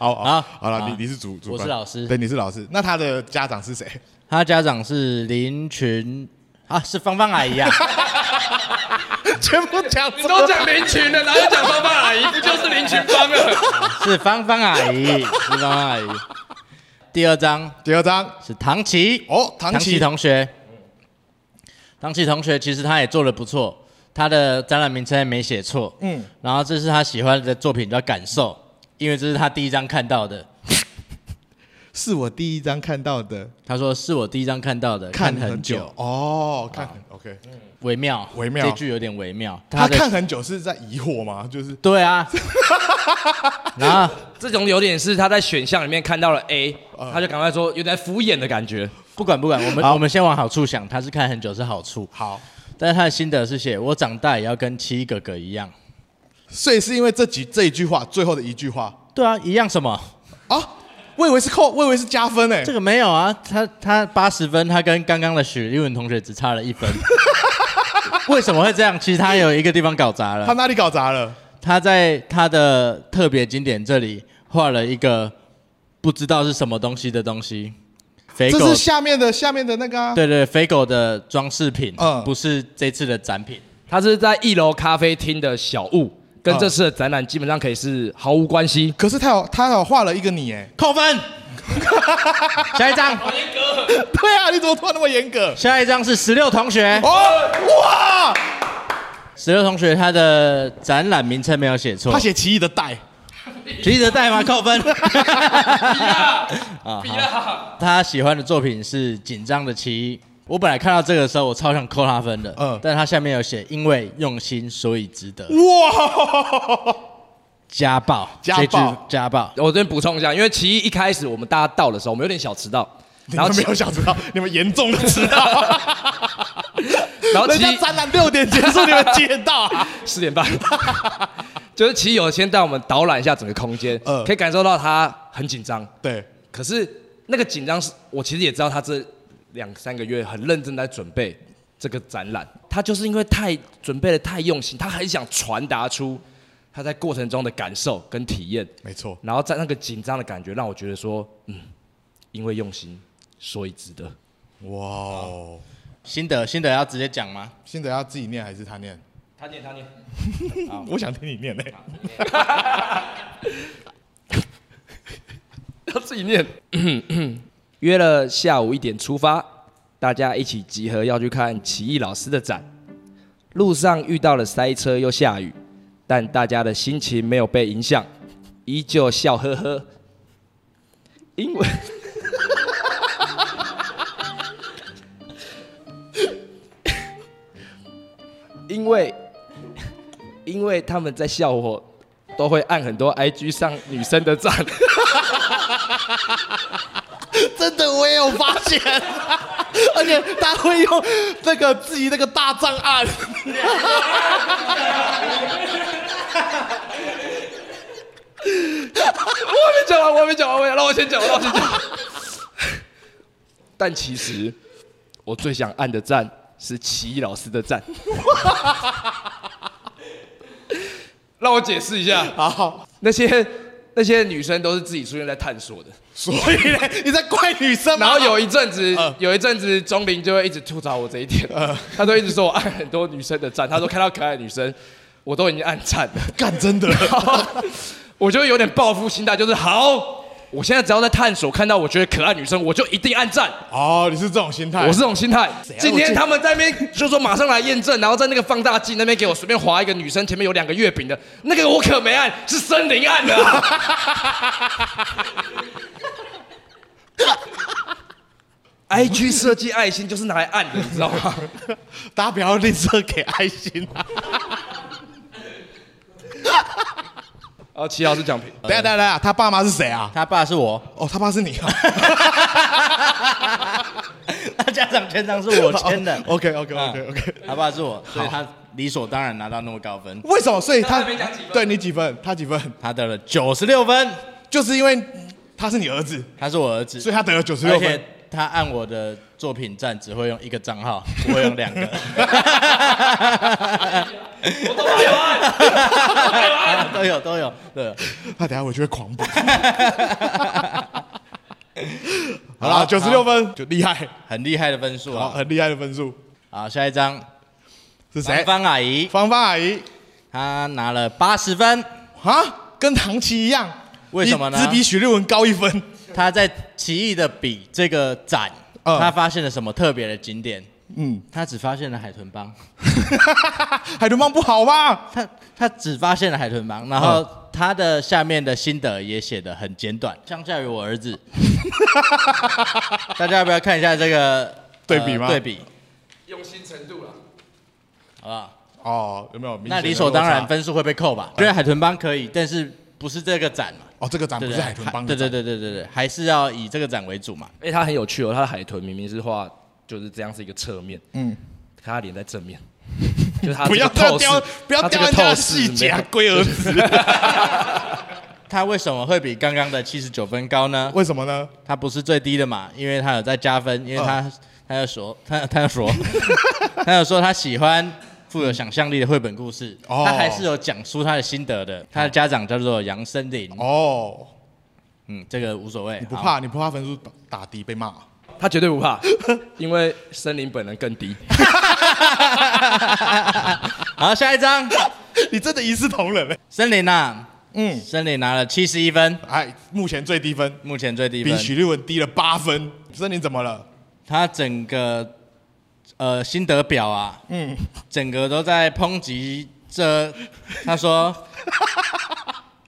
S1: 好好
S3: 啊
S1: 好了，
S3: 啊
S1: 你你是主主，
S3: 我是老师
S1: 对，你是老师。那他的家长是谁？
S3: 他家长是林群啊，是芳芳阿姨啊，
S1: 全部讲
S2: 你都讲林群了，哪有讲芳芳阿姨？不就是林群芳了？
S3: 是芳芳阿姨，是芳芳阿姨。第二张
S1: 第二张
S3: 是唐琪，
S1: 哦，唐
S3: 琪
S1: 奇
S3: 同学，唐琪同学其实他也做的不错，他的展览名称也没写错，
S1: 嗯
S3: 嗯，然后这是他喜欢的作品叫《感受》，因为这是他第一张看到的，
S1: 是我第一张看到的，
S3: 他说是我第一张看到的，看很久，
S1: 哦，看很 OK。
S3: 微妙，
S1: 微妙
S3: 这句有点微妙，
S1: 他
S3: 的
S1: 看很久是在疑惑吗？就是
S3: 对 啊，然后
S2: 这种有点是他在选项里面看到了 A，
S1: 嗯
S2: 他就赶快说有点敷衍的感觉。
S3: 不管不管，我们我们先往好处想，他是看很久是好处，
S1: 好，
S3: 但是他的心得是写我长大也要跟七哥哥一样，
S1: 所以是因为这几这一句话最后的一句话
S3: 对啊，一样什么？
S1: 啊，我以为是扣，我以为是加分哎
S3: 这。个没有啊，他他八十分，他跟刚刚的许立文同学只差了 一分，为什么会这样？其实他有一个地方搞砸
S1: 他
S3: 了，
S1: 哪里搞砸了？
S3: 他在他的特别经典这里画了一个不知道是什么东西的东西，肥
S1: 这
S3: 狗
S1: 是，下面的下面的那个啊。
S3: 对对，肥狗的装饰品，
S1: 嗯
S3: 不是这次的展品。
S2: 他是在一楼咖啡厅的小物，跟
S1: 嗯
S2: 这次的展览基本上可以是毫无关系。
S1: 可是他有他有画了一个你哎。
S3: 扣分。 下一张，
S1: 对啊，你怎么突然那么严格？
S3: 下一张是十六同学。
S1: 哦，哇，
S3: 十六同学他的展览名称没有写错，
S1: 他写奇异的带，
S3: 吉德代吗？扣分。
S2: 啊，
S3: 比他喜欢的作品是《紧张的奇》。我本来看到这个的时候，我超想扣他分的，
S1: 嗯
S3: 嗯，但他下面有写因为用心，所以值得。
S1: 哇，
S3: 家暴，
S1: 家暴
S3: 这句家暴。
S2: 我这边补充一下，因为奇一一开始我们大家到的时候，我们有点小迟到，
S1: 你
S2: 然后
S1: 们
S2: 奇
S1: 没有想知道，你们严重的知道，
S2: 然后
S1: 人
S2: 奇
S1: 家展览六点结束，你们几点到啊？
S2: 四点半， 就是奇有先带我们导览一下整个空间，
S1: 嗯
S2: 可以感受到他很紧张，
S1: 对，
S2: 可是那个紧张是我其实也知道他这两三个月很认真地在准备这个展览，他就是因为太准备的太用心，他很想传达出他在过程中的感受跟体验，
S1: 没错，
S2: 然后在那个紧张的感觉让我觉得说，嗯，因为用心，所以值得。
S1: 哇哦，
S3: 心得，心得要直接讲吗？
S1: 新德要自己念还是他念？
S2: 他念他念，
S1: 我想听你念呢。欸
S2: 他自己念。 约了下午一点出发，大家一起集合要去看奇异老师的展。路上遇到了塞车又下雨，但大家的心情没有被影响，依旧笑呵呵。因为 因为因为他们在笑我，都会按很多 IG 上女生的赞，
S1: 真的我也有发现，而且他会用那个自己那个大障按，
S2: 我还没讲完，我还没讲完，我让我先讲，让我先讲。 但其实我最想按的赞是奇艺老师的赞。 让我解释一下，
S1: 好，
S2: 那些那些女生都是自己出现在探索的，
S1: 所以呢，你在怪女生吗
S2: 然后有一阵子
S1: 嗯，
S2: 有一阵子钟林就会一直吐槽我这一点，他都一直说我按很多女生的赞，他说看到可爱的女生，我都已经按赞了。
S1: 干真的，
S2: 我就有点报复心态，就是好，我现在只要在探索，看到我觉得可爱女生，我就一定按赞。
S1: 哦，你是这种心态，
S2: 我是这种心态。今
S1: 我
S2: 天
S1: 就
S2: 他们在那边就说马上来验证，然后在那个放大镜那边给我随便划一个女生，前面有两个月饼的那个我可没按，是森林按的 啊、IG 设计爱心就是拿来按的，你知道吗？
S1: 大家不要吝啬给爱心啊！
S2: 然后齐老师讲评，
S1: 等一下等一下等一下，他爸妈是谁啊？
S3: 他爸是我，
S1: 呃 哦，他爸是 你啊！。
S3: 他家长签章是我签的
S1: OK
S3: 啊
S1: OK OK OK。
S3: 他爸是我，所以他理所当然拿到那么高分。
S1: 为什么？所以他
S2: 他还没讲几分
S1: 对你几分？他几分？
S3: 他得了九十六分，
S1: 就是因为他是你儿子，
S3: 他是我儿子，
S1: 所以他得了九 十
S3: 而
S1: 六
S3: 且
S1: 分。
S3: 他按我的作品站只会用一个账号，不会用两个。
S2: 我都没有按，
S3: 都有都有都有。
S1: 他等一下回去会狂补。 好啦，九十六分就厉害，
S3: 很厉害的分数
S1: 好，
S3: 啊！
S1: 很厉害的分数
S3: 好，下一张，
S1: 是谁
S3: 南？方阿姨，
S1: 芳芳阿姨
S3: 她拿了八十分，
S1: 啊，跟唐琪一样，
S3: 为什么呢
S1: 比只比许立文高一分。
S3: 她在奇异的笔这个展，
S1: 嗯
S3: 她发现了什么特别的景点？
S1: 嗯，
S3: 她只发现了海豚帮，
S1: 海豚帮不好吧？
S3: 她她只发现了海豚帮，然
S1: 嗯
S3: 后她的下面的心得也写得很简短，相较于我 儿子，大家要不要看一下这个呃
S1: 对比吗
S3: 对比，
S2: 用心程度了。
S3: 好不好？
S1: 哦，有没有？明显的
S3: 那理所当
S1: 落
S3: 然
S1: 差
S3: 分数会被扣吧？觉得海豚帮可以，但是不是这个展嘛？
S1: 哦，这个展不
S3: 对
S1: 是海豚帮的
S3: 对
S1: 展
S3: 对对对对对，还是要以这个展为主嘛。
S2: 哎，他很有趣哦，他的海豚明明是画就是这样是一个侧面，
S1: 嗯
S2: 嗯，可他脸在正 面，就是他
S1: 不要
S2: 这个
S1: 掉
S2: 透
S1: 掉，
S2: 视
S1: 不要
S2: 他这
S1: 掉
S2: 个
S1: 人家
S2: 透
S1: 的
S2: 视
S1: 细
S2: 没
S1: 节啊
S2: 有，
S1: 龟儿子。
S3: 它为什么会比刚刚的七十九分高呢？
S1: 为什么呢？
S3: 它不是最低的嘛，因为它有在加分，因为
S1: 哦
S3: 它它要说它它要说 它要说他喜欢富有想象力的绘本故事，
S1: 哦
S3: 他还是有讲出他的心得的。他的家长叫做杨森林，
S1: 哦，
S3: 嗯，这个无所谓，
S1: 你不
S3: 好？
S1: 怕你不怕分数打打低被骂 啊？
S2: 他绝对 不怕，因为森林本人更低。
S3: 好， 下一张，
S1: 你真的一视同仁嘞？欸
S3: 森林啊，
S1: 嗯，
S3: 森林拿了七十一分，
S1: 哎，目前最低分
S3: 目前最低
S1: 比
S3: 分，
S1: 许立文低了八分，森林怎么了？
S3: 他整个呃心得表啊，嗯，整个都在抨击这。他说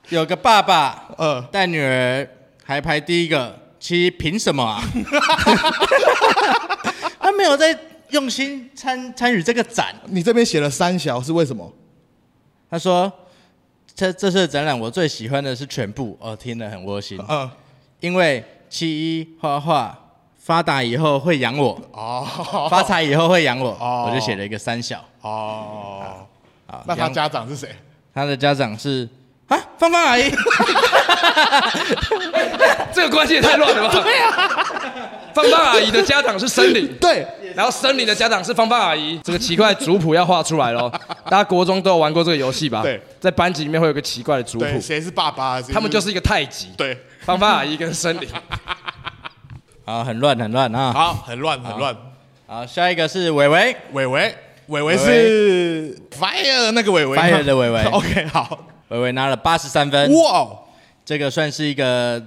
S3: 有个爸爸
S1: 呃，
S3: 带女儿还排第一个，其凭什么啊？他没有在用心参参与这个展。
S1: 你这边写了三小是为什么？
S3: 他说这这次的展览我最喜欢的是全部，哦，听了很窝心，
S1: 嗯，
S3: 因为七一画画发达以后会养我。
S1: 哦，
S3: 发财以后会养我，
S1: 哦
S3: 我就写了一个三小。
S1: 哦，
S3: 啊，
S1: 那他
S3: 养
S1: 家长是谁？
S3: 他的家长是啊，芳芳 阿姨，
S2: 这个关系也太乱了吧？对呀、
S1: 啊
S2: 芳芳阿姨的家长是森林，
S1: 对，
S2: 然后森林的家长是芳芳阿姨，这个奇怪的族谱要画出来喽。大家国中都有玩过这个游戏吧？
S1: 对，
S2: 在班级里面会有个奇怪的族谱
S1: 对，，谁是爸爸？谁
S2: 他们就是一个太极，
S1: 对，
S2: 芳芳阿姨跟 森林。
S3: 啊，很乱很乱啊。
S1: 好，很乱很乱。
S3: 好，下一个是伟伟，
S1: 伟伟，伟伟是 fire 那个伟伟吗
S3: Fire 的伟伟
S1: OK，好，
S3: 伟伟拿了八十三分，
S1: 哇，
S3: 这个算是一个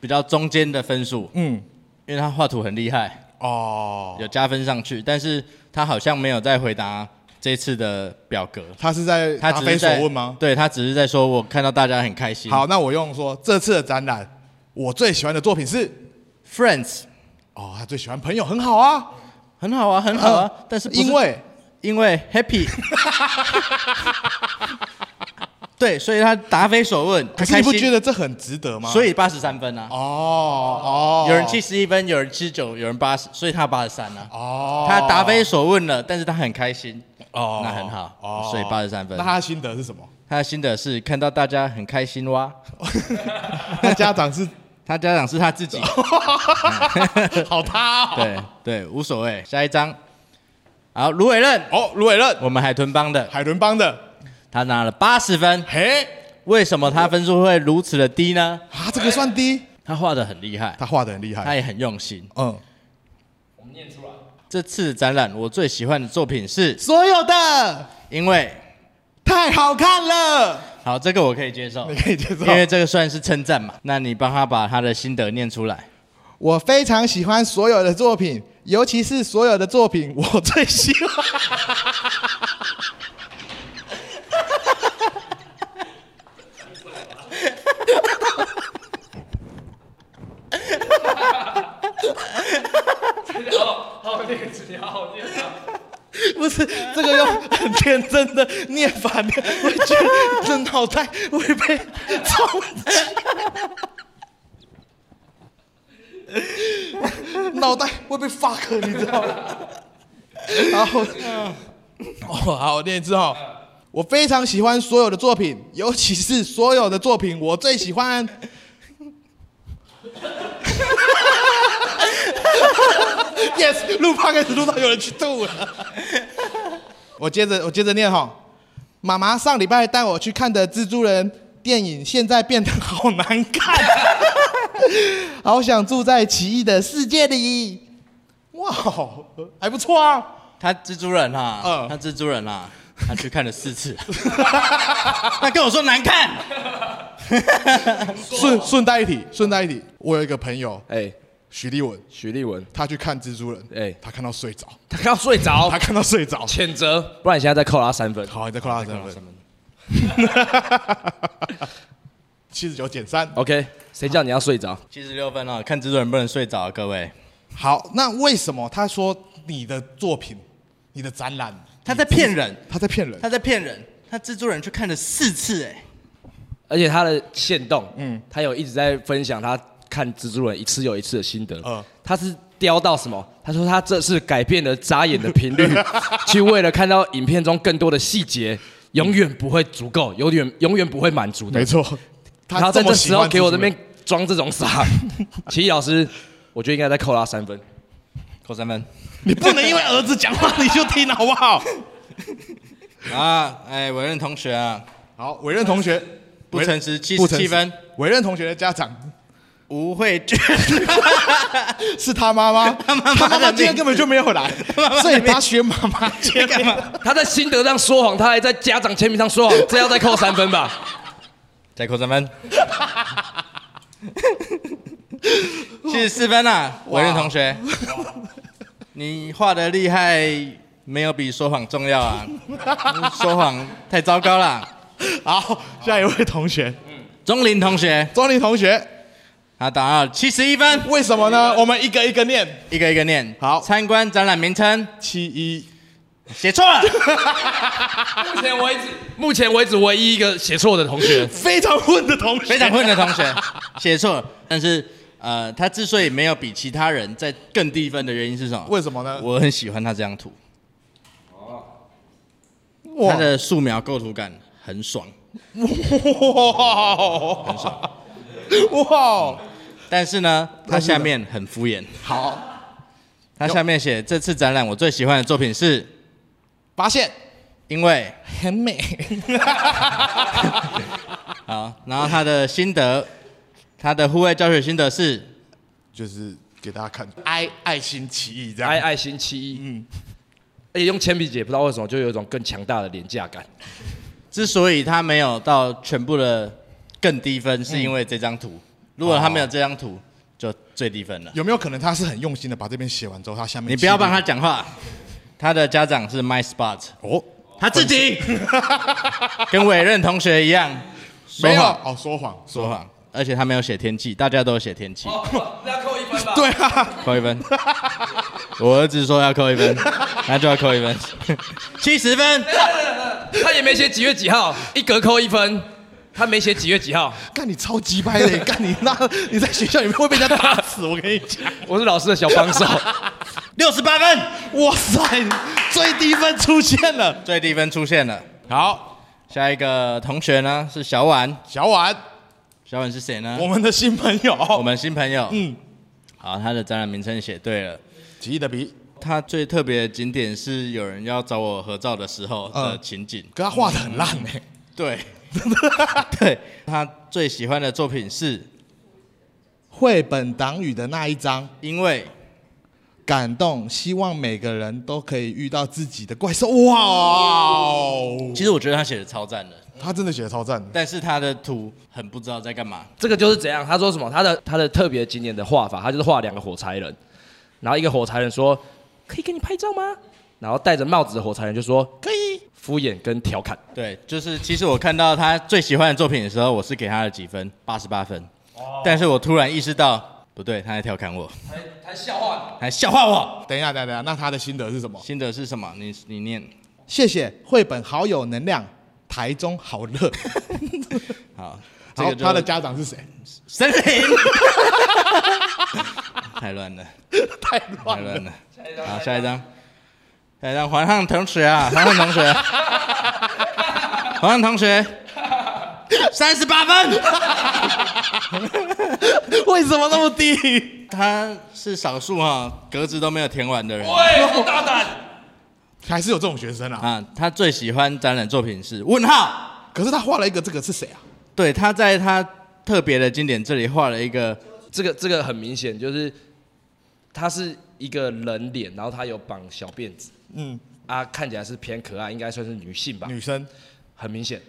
S3: 比较中间的分数，
S1: 嗯，
S3: 因为他画图很厉害，
S1: 哦，
S3: 有加分上去，但是他好像没有在回答这次的表格，
S1: 他是在
S3: 他
S1: 答
S3: 只
S1: 非
S3: 是
S1: 所
S3: 在嗯
S1: 问吗？
S3: 对他只是在说，我看到大家很开心。
S1: 好，那我用说这次的展览，我最喜欢的作品是
S3: ，Friends
S1: 哦，他最喜欢朋友很好啊，嗯
S3: 很好啊，很好啊，但是不是
S1: 因为
S3: 因为 happy，对，所以他答非所问，
S1: 可
S3: 他
S1: 是
S3: 开
S1: 你不
S3: 心，
S1: 觉得这很值得吗？
S3: 所以八十三分啊，
S1: 哦哦，
S3: 有人七十一分，有人七十九，有人八十，所以他八十三啊。
S1: 哦，
S3: 他答非所问了，但是他很开心，
S1: 哦
S3: 那很好，所以八十三分。
S1: 那他的心得是什么？
S3: 他的心得是看到大家很开心哇，
S1: 那家长是
S3: 他家长是 他自己，
S1: 好他哦
S3: 对对，无所谓。下一张，好，芦苇任，
S1: 哦，芦苇任
S3: 我们海豚帮的，
S1: 海伦帮的，
S3: 他拿了八十分，
S1: 嘿，
S3: 为什么他分数会如此的低呢？
S1: 啊，这个算低，
S3: 他画的很厉害，
S1: 他画的很厉
S3: 他
S1: 害，
S3: 也很用心。
S1: 嗯，
S3: 这次展览我最喜欢的作品是，
S1: 所有的
S3: 因为
S1: 太好看了，
S3: 好，这个我可以接受
S1: 你，可以接受
S3: 因。为这个算是称赞嘛。那你帮他把他的心得念出来。
S1: 我非常喜欢所有的作品，尤其是所有的作品我最喜欢。 不是这个用很天真的念法念，我觉得这脑袋会被冲击，脑袋会被 fuck，你知道 吗？然后，哦，好，我念一次哦。我非常喜欢所有的作品，尤其是所有的作品，我最喜欢。yes，录 p 开始录到有人去吐了。我接着我接着念哈，妈妈上礼拜带我去看的蜘蛛人电影，现在变得好难看，好想住在奇异的世界里。哇，还不错啊！
S3: 他蜘蛛人哈、
S1: 嗯
S3: 他蜘蛛 人啊，他去看了四次， 他跟我说难看，
S1: 顺顺带一提，顺带一提，我有一个朋友
S2: 哎，
S1: 徐立文，
S2: 许立文，
S1: 他去看蜘蛛人，哎、
S2: 哎哦
S1: 他看到睡着，
S2: 他刚睡着
S1: 他，看到睡着。
S2: 谴责，不然你现在再扣他三分。
S1: 好，你再扣他三分， 七十九减三。
S2: OK，谁叫你要睡着？
S3: 七十六分啊，看蜘蛛人不能睡着、啊，各位。
S1: 好，那为什么他说你的作品、你的展览，
S3: 他在骗人，
S1: 他在骗人？
S3: 他在骗人，他蜘蛛人去看了四次、哎，
S2: 而且他的线动，嗯，他有一直在分享他看蜘蛛人一次又一次的心得，
S1: 嗯
S2: 他是雕到什么？他说他这次改变了眨眼的频 率，去为了看到影片中更多的细节，永远不会足够，永远永远不会满足的。
S1: 没错，
S2: 然后在
S1: 这
S2: 这
S1: 么
S2: 时
S1: 喜
S2: 候
S1: 欢
S2: 给我这
S1: 蜘蛛人
S2: 边装这 种傻，奇艺老师，我觉得应该再扣他三分。
S3: 扣三分。
S1: 你不能因为儿子讲话你就听好不好？
S3: 啊，哎，委任同学啊，
S1: 好，委任同学
S3: 不诚实77
S1: 不诚实
S3: 分。
S1: 委任同学的家长
S3: 吴慧娟，
S1: 是他妈妈，他
S3: 妈妈
S1: 妈
S3: 的
S1: 今天
S3: 命
S1: 根本就没有来，所以他学妈妈去
S3: 干嘛？
S2: 他在心得上说谎，他还在家长签名上说谎，这要再扣三分吧？
S3: 再扣三分。七十四分啊，委任同学，你画的厉害，没有比说谎重要啊！说谎太糟糕了。
S1: 好，下一位同学，
S3: 钟林同学，
S1: 钟林同学，
S3: 他答到七十一分，
S1: 为什么呢？我们一个一个念，
S3: 一个一个念。
S1: 好
S3: 参观展览名称
S1: 七一
S3: 写错了，
S2: 目前为止，目前为止唯一一个写错的同学。
S1: 非常混的同学，
S3: 非常混的同学写错了，但是。呃，他之所以没有比其他人在更低分的原因是什么？
S1: 为什么呢
S3: 我很喜欢他这张图，
S1: 哇
S3: 它的素描构图感很爽，
S1: 哇
S3: 很爽。
S1: 哇，
S3: 但是呢，它下面很敷衍。
S1: 好，
S3: 它下面写这次展览我最喜欢的作品是，
S1: 发现
S3: 因为
S1: 很美，
S3: 好，然后他的心得，他的户外教学心得是，
S1: 就是给大家看爱爱心奇异这
S2: 爱
S1: 样，
S2: 爱心七一，嗯，而且用铅笔写不知道为什么就有一种更强大的廉价感。
S3: 之所以他没有到全部的更低分，是因为这张图。如果他没有这张图，就最低分了。
S1: 有没有可能他是很用心的把这边写完之后，他下面
S3: 你不要
S1: 帮
S3: 帮他讲话，他的家长是 My Spot，
S1: 哦，
S3: 他自己 跟委任同学一样，说
S1: 没有
S3: 谎
S1: 哦，说谎
S3: 说谎，而且他没有写天气，大家都有写天气，
S2: 哦，那扣一 分吧。
S1: 对啊，
S3: 扣一分。 我儿子说要扣一 分，那就要扣一分， 七十分。
S2: 他也没写几月几号，一格扣一分。他没写几月几号，
S1: 干你超级掰的，干你那你在学校里面会被人家打死，我跟你讲。
S2: 我是老师的小帮手。
S3: 六十八分，
S1: 哇塞，最低分出现了。
S3: 最低分出现了。
S1: 好，
S3: 下一个同学呢是小婉，
S1: 小婉，
S3: 小婉是谁呢？
S1: 我们的新朋友，
S3: 我们新朋友。
S1: 嗯，
S3: 好，他的展览名称写对了。
S1: 奇异的笔，
S3: 他最特别的景点是有人要找我合照的时候的
S1: 嗯
S3: 情景。
S1: 可他画的很烂呢、
S3: 对， 对，他最喜欢的作品是
S1: 绘本党羽的那一张，
S3: 因为
S1: 感动，希望每个人都可以遇到自己的怪兽。哇哦，
S3: 其实我觉得他写的超赞的，
S1: 他真的写的超赞的。
S3: 但是他的图很不知道在干嘛。
S2: 这个就是怎样？他说什么？他的他的特别经典的画法，他就是画两个火柴人，然后一个火柴人说：“可以给你拍照吗？”然后戴着帽子的火柴人就说
S1: 可以，：“
S2: 敷衍跟调侃。
S3: 对，就是其实我看到他最喜欢的作品的时候，我是给他的几分，八十八分。但是我突然意识到不对，他在调侃我，
S2: 还”还笑话
S3: 还笑话我。
S1: 等一下，等一下，等一下，那他的心得是什么？
S3: 心得是什么？你你念。
S1: 谢谢绘本好有能量，台中好热。
S3: 好，这
S1: 好，
S3: 个就
S1: 他的家长是谁？
S3: 森林，太乱了，
S1: 太
S3: 太
S1: 乱了
S3: 乱。了。好，啊下一张，下一张，黄汉同学啊，黄汉同学，黄汉同学，三十八分，
S1: 为什么那么低？
S3: 他是少数哈、格子都没有填完的人
S2: 喂，好大胆！
S1: 还是有这种学生啊？
S3: 啊。他最喜欢展览作品是问号，
S1: 可是他画了一个，这个是谁啊？
S3: 对，他在他特别的经典这里画了一个
S2: 这个这个很明显就是，他是一个人脸，然后他有绑小辫子
S1: 嗯，
S2: 啊，看起来是偏可爱，应该算是女性吧。
S1: 女生。
S2: 很明显，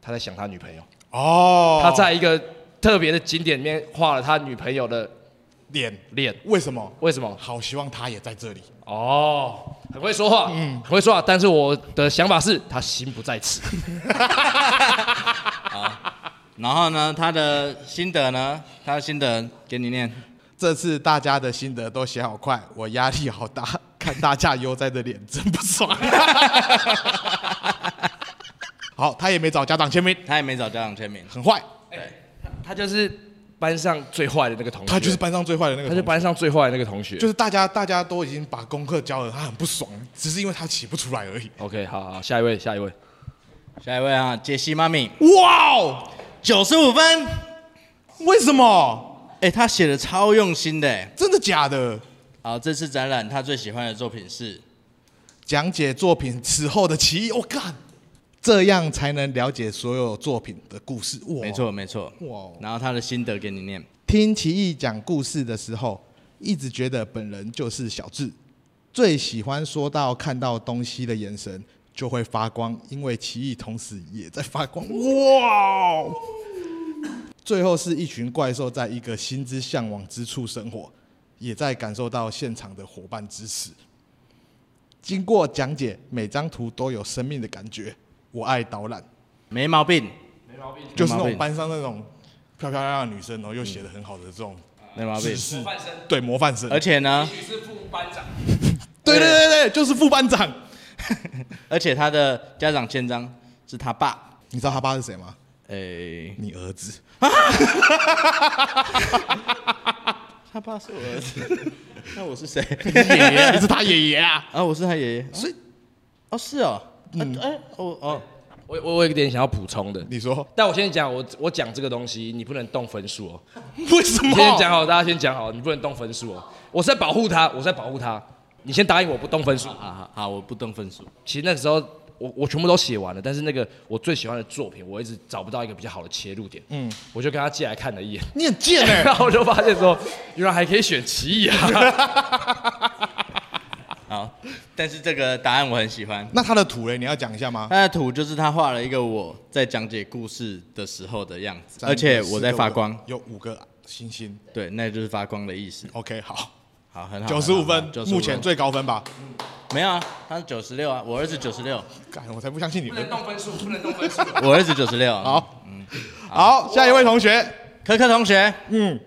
S2: 他在想他女朋友。
S1: 哦，
S2: 他在一个特别的景点里面画了他女朋友的
S1: 脸，
S2: 脸，
S1: 为什么？
S2: 为什么？
S1: 好希望他也在这里。
S2: 哦，很会说话，嗯，很会说话。但是我的想法是，他心不在 此。
S3: 然后呢，他的心得呢，他的心得给你念。
S1: 这次大家的心得都写好快，我压力好大，看大家悠哉的脸真不爽。 好，他也没找家长签名，
S3: 他也没找家长签名，
S1: 很坏，
S2: 他就是班上最坏的那个同学，
S1: 他就是班上最坏的那个
S2: 他
S1: 同
S2: 是
S1: 学，
S2: 班上最坏的那个同学。
S1: 就是大家大家都已经把功课交了，他很不爽，只是因为他写不出来而已。
S2: OK，好好，下一位，下一位。
S3: 下一位啊，杰西妈咪，
S1: 哇哦，
S3: 九十五分。
S1: 为什么？
S3: 哎、他写的超用心的欸。
S1: 真的假的？
S3: 好，这次展览他最喜欢的作品是，
S1: 讲解作品此后的歧义，我、看，这样才能了解所有作品的故事。哇，
S3: 没错没错。
S1: 哇
S3: 然后他的心得给你念。
S1: 听奇艺讲故事的时候，一直觉得本人就是小智，最喜欢说到看到东西的眼神就会发光，因为奇艺同时也在发光。哇！哦最后是一群怪兽在一个心之向往之处生活，也在感受到现场的伙伴支持。经过讲解，每张图都有生命的感觉。我爱导览，
S3: 没毛病，
S1: 就是那
S3: 毛
S1: 种
S3: 病
S1: 班上那种漂漂亮亮的女生，然后又写的很好的这种
S3: 没毛病
S1: 知。识，对模范生，
S3: 而且呢，
S1: 对对对对，就是副班长。
S3: 而且他的家长签章是他爸。
S1: 你知道他爸是谁吗？
S3: 哎、
S1: 你儿子。
S3: 他爸是我儿子， 那我是谁？
S1: 爷爷， 你是他爷爷啊。
S3: 啊，我是他爷爷。
S1: 所以
S3: 哦，是哦。嗯，哎、哦哦，
S2: 我我我有一点想要补充的，
S1: 你说
S2: 但我先讲，我我讲这个东西，你不能动分数哦。
S1: 为什
S2: 你
S1: 么？
S2: 先讲好，大家先讲好，你不能动分数哦。我是在保护他，我是在保护他。你先答应我不动分数。
S3: 好啊好好，我不动分数。
S2: 其实那个时候我我全部都写完了，但是那个我最喜欢的作品，我一直找不到一个比较好的切入点。嗯，我就跟他借来看了一眼，
S1: 你很贱哎、
S2: 然后我就发现说，原来还可以选奇异啊。
S3: 好，但是这个答案我很喜欢。
S1: 那他的图嘞，你要讲一下吗？
S3: 他的图就是他画了一个我在讲解故事的时候的样子， 而且我在发光，
S1: 有五个星星。
S3: 对，那就是发光的意思。
S1: OK，好，
S3: 好，很好，
S1: 九十五分
S3: 很好95，
S1: 目前最高分吧？
S3: 没有啊，他是九十六啊，我儿子九十六，
S1: 干，我才不相信你们。
S2: 动分数，不能动分数。
S3: 我儿子九十六。
S1: 好，好，下一位同学，
S3: 科科同学
S1: 嗯，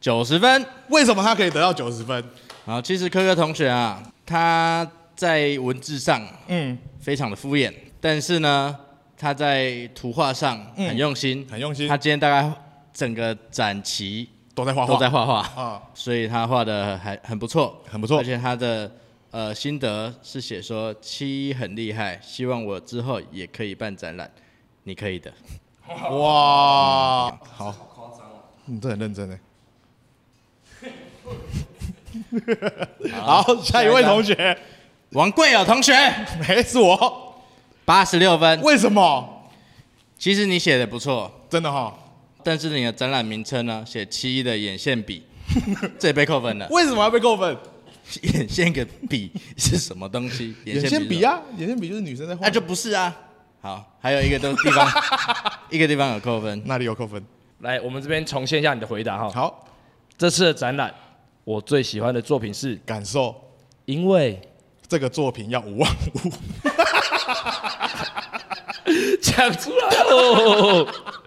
S3: 九十分。
S1: 为什么他可以得到九十分？
S3: 好，其实科科同学啊，他在文字上
S1: 嗯，
S3: 非常的敷衍，但是呢，他在图画上很用心，
S1: 嗯很用心
S3: 他今天大概整个展期
S1: 都在画画，
S3: 都在画画，
S1: 啊，
S3: 所以他画的还很不错，
S1: 很不错
S3: 而且他的呃心得是写说七很厉害，希望我之后也可以办展览，你可以的。
S1: 哇，嗯好，你这很认真哎。 好，下一位同学，
S3: 王贵友同学
S1: 没是我，
S3: 八十六分，
S1: 为什么？
S3: 其实你写的不错，
S1: 真的哈，
S3: 但是你的展览名称呢写七的眼线笔， 这也被扣分了。
S1: 为什么要被扣分？
S3: 眼线个笔是什么东 西？
S1: 眼
S3: 是什
S1: 线
S3: 么
S1: 笔，啊，眼线笔就是女生在画
S3: 那、，就不是啊。好，还有一个都地 方，一个地方有扣分。
S1: 哪里有扣分？
S2: 来，我们这边重现一下你的回答哈。
S1: 好，
S2: 这次的展览，我最喜欢的作品是，
S1: 感受
S2: 因为
S1: 这个作品要无望无，
S2: 讲出来哦。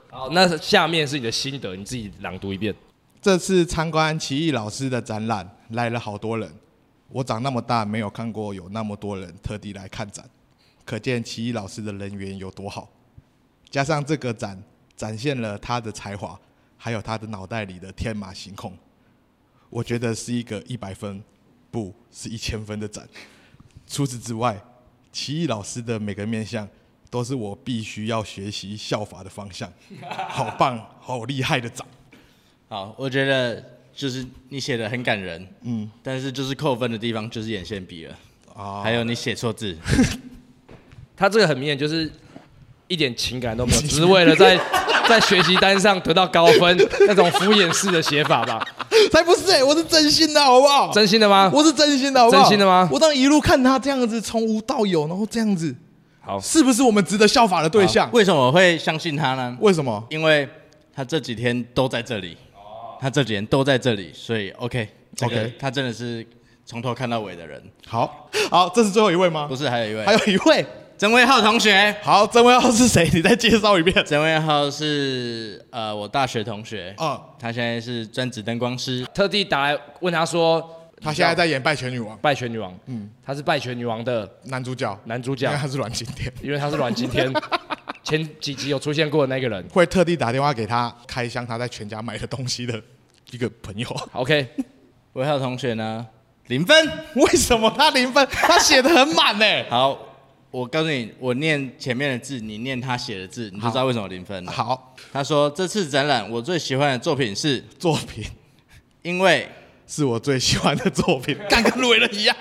S2: 好，那下面是你的心得，你自己朗读一遍。
S1: 这次参观奇异老师的展览，来了好多人。我长那么大没有看过有那么多人特地来看展，可见奇异老师的人缘有多好。加上这个展展现了他的才华，还有他的脑袋里的天马行空，我觉得是一个一百分，不是一千分的展。除此之外，奇异老师的每个面相都是我必须要学习效法的方向，好棒，好厉害的展。
S3: 好，我觉得就是你写的很感人，嗯，但是就是扣分的地方就是眼线笔了，
S1: 啊
S3: 还有你写错字，
S2: 他这个很明显就是一点情感都没有，只是为了 在在学习单上得到高分那种敷衍式的写法吧？
S1: 才不是哎、我是真心的好不好？
S2: 真心的吗？
S1: 我是真心的好不好？
S2: 真心的吗
S1: 我当一路看他这样子从无到有，然后这样子，
S2: 好，
S1: 是不是我们值得效法的对象？为
S3: 为什么我会相信他呢？
S1: 为什么？
S3: 因为他这几天都在这里，他这几天都在这里，所以 OK，这个
S1: 哦 OK
S3: 他真的是从头看到尾的人。
S1: 好好，这是最后一位吗
S3: 不？是，还有一位，
S1: 还有一位，
S3: 曾威浩同学，
S1: 好，曾威浩是谁？你再介绍一遍。
S3: 曾威浩是呃我大学同学，
S1: 嗯，
S3: 他现在是专职灯光师，
S2: 特地打来问他说，
S1: 他现在在演《拜权女王》
S2: 拜权女王，嗯，他是拜权女王的
S1: 男主角，
S2: 男主
S1: 因
S2: 角
S1: 为，他是阮经天，
S2: 因为他是阮经 天，前几集有出现过的那个人。
S1: 会特地打电话给他开箱他在全家买的东西的一个朋友。
S2: OK，
S3: 威浩同学呢零分。
S1: 为什么他零分？他写的很满欸呢、
S3: 好，我告诉你，我念前面的字，你念他写的字，你就知道为什么零分了。
S1: 好，
S3: 他说这次展览我最喜欢的作品是
S1: 作品
S3: 因为
S1: 是我最喜欢的作品，干跟路人一样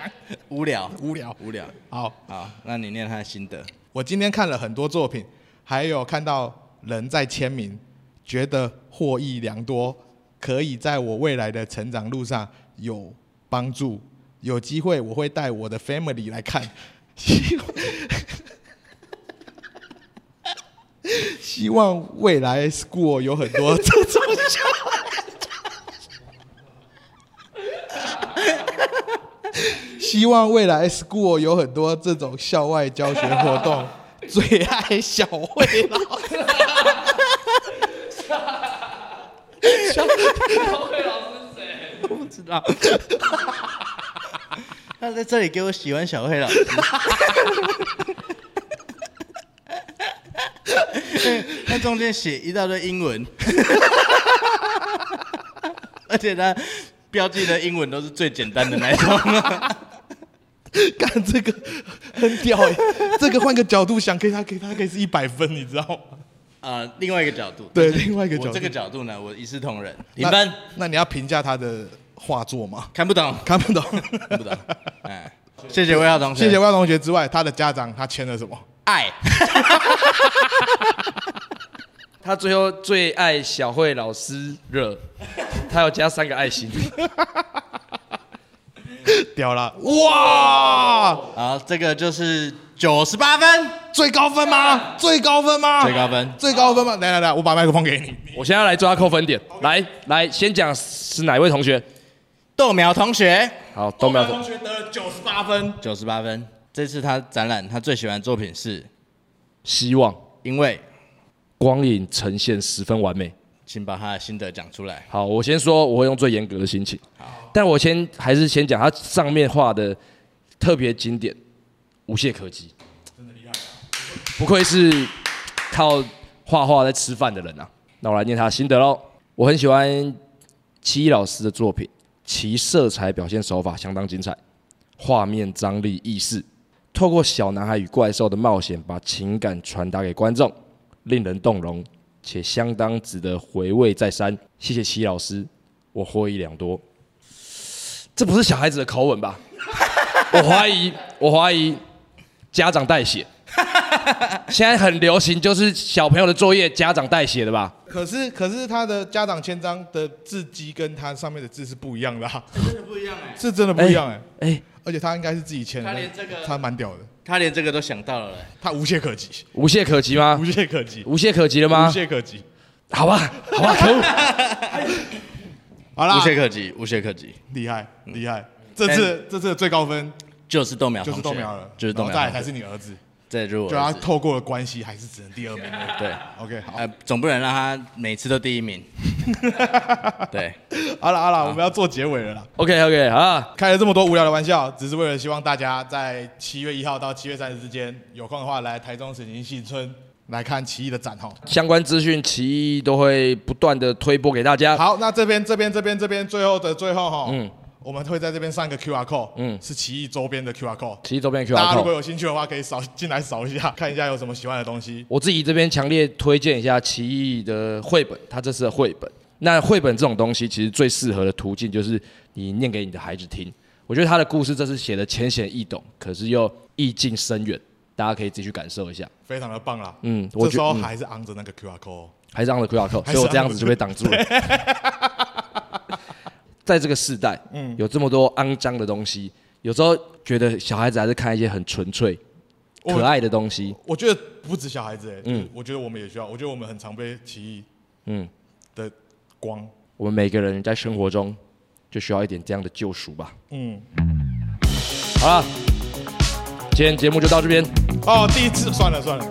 S3: 无聊，
S1: 无聊。
S3: 无聊。
S1: 好，
S3: 好，那你念他的心得。
S1: 我今天看了很多作品，还有看到人在签名，觉得获益良多，可以在我未来的成长路上有帮助。有机会我会带我的 family 来看，希望 希望未来 school 有很多这种小希望未来 school 有很多这种校外教学活动。 最爱小慧老师，
S3: 他在这里给我喜欢小慧老师。他中间写一大堆英 文，而且他标记的英文都是最简单的那一种。
S1: 干这个很屌哎、这个换个角度想，给他给他可以是一百分，你知道吗？
S3: 呃，另外一个角度，
S1: 对
S3: 就是
S1: 另外一个角度
S3: 我这个角度呢，我一视同仁，零分
S1: 那，那你要评价他的画作吗？
S3: 看不懂，
S1: 看不懂。
S3: 看不懂。 哎，谢谢魏浩同学，
S1: 谢谢外同学之外，他的家长他签了什么？
S3: 爱，
S2: 他最后最爱小慧老师惹，他要加三个爱心。
S1: 屌了！哇，
S3: 好，这个就是九十八分，
S1: 最高分吗？最高分吗？
S3: 最高分
S1: 最高分吗？来来来，我把麦克风给你。
S2: 我现在要来抓扣分点，来来，先讲是哪位同学？
S3: 豆苗同学
S2: 好，都没有。
S1: 学得了九十八分，
S3: 九十八分。这次他展览他最喜欢的作品是
S2: 希望
S3: 因为
S2: 光影呈现十分完美。
S3: 请把他的心得讲出来。
S2: 好，我先说，我会用最严格的心情，但我先还是先讲他上面画的特别经典，无懈可击，真的厉害、不愧是靠画画在吃饭的人啊！那我来念他的心得喽。我很喜欢七一老师的作品，其色彩表现手法相当精彩，画面张力意识，透过小男孩与怪兽的冒险，把情感传达给观众，令人动容，且相当值得回味再三。谢谢齐老师，我获益良多。这不是小孩子的口吻吧？我怀疑，我怀疑家长代写。现在很流行，就是小朋友的作业家长代写的吧？
S1: 可是可是他的家长签章的字迹跟他上面的字是不一样的、啊，
S3: 真的不一样哎、
S1: 是真的不一样哎、
S2: 哎、
S1: 而且他应该是自己签的，
S3: 他连这个
S1: 他蛮屌的，
S3: 他连这个都想到了、
S1: 他无懈可击，
S2: 无懈可击吗
S3: 啊
S1: 无？懈可击，
S2: 无懈可击了
S1: 无
S2: 吗？
S1: 懈可击。
S2: 好吧，好吧，可恶！
S1: 好
S3: 无
S1: 啦，
S3: 懈可击，无懈可击，嗯哎
S1: 厉害厉害，这次这次的最高分
S3: 就是豆苗同
S1: 就
S3: 学，
S1: 是豆苗了，
S3: 啊就是豆
S1: 然后
S3: 苗
S1: 再来
S3: 同学，
S1: 才是你儿子，
S3: 再就是我
S1: 就他
S3: 儿子，
S1: 透过了关系还是只能第二名而
S3: 对，
S1: 已。OK，好，
S3: 呃，总不能让他每次都第一 名，对，
S1: 好了好
S3: 啊
S1: 了，我们要做结尾了啦。
S2: OK OK 啊，
S1: 开了这么多无聊的玩笑，只是为了希望大家在七月一号到七月三十之间，有空的话来台中水晶新村来看奇异的展哈。
S2: 相关资讯奇异都会不断的推播给大家。
S1: 好，那这边这边这边这边最后的最后哈，嗯，我们会在这边上一个 QR code，嗯，是奇异周边的 QR code。
S2: 奇异周边 QR
S1: 大家如果
S2: code，
S1: 有兴趣的话，可以扫进来扫一下，看一下有什么喜欢的东西。
S2: 我自己这边强烈推荐一下奇异的绘本，它这次的绘本。那绘本这种东西，其实最适合的途径就是你念给你的孩子听。我觉得他的故事这次写的浅显易懂，可是又意境深远，大家可以自己去感受一下。
S1: 非常的棒啦。
S2: 嗯
S1: 这
S2: 我觉
S1: 时候
S2: 嗯
S1: 还是昂着那个 QR code 哦。
S2: 还是 on the QR code，
S1: 还是
S2: 所以我这
S1: on
S2: 样
S1: the-
S2: 子就被挡住了。 在这个世代，嗯，有这么多肮脏的东西，有时候觉得小孩子还是看一些很纯粹、
S1: 我
S2: 可爱的东西。
S1: 我觉得不止小孩子、欸，嗯，我觉得我们也需要，我觉得我们很常被奇异，嗯
S2: 嗯
S1: 的光，
S2: 我们每个人在生活中就需要一点这样的救赎吧。
S1: 嗯，
S2: 好了，今天节目就到这边。
S1: 哦，第一次算了算了。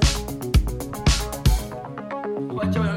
S2: 我教人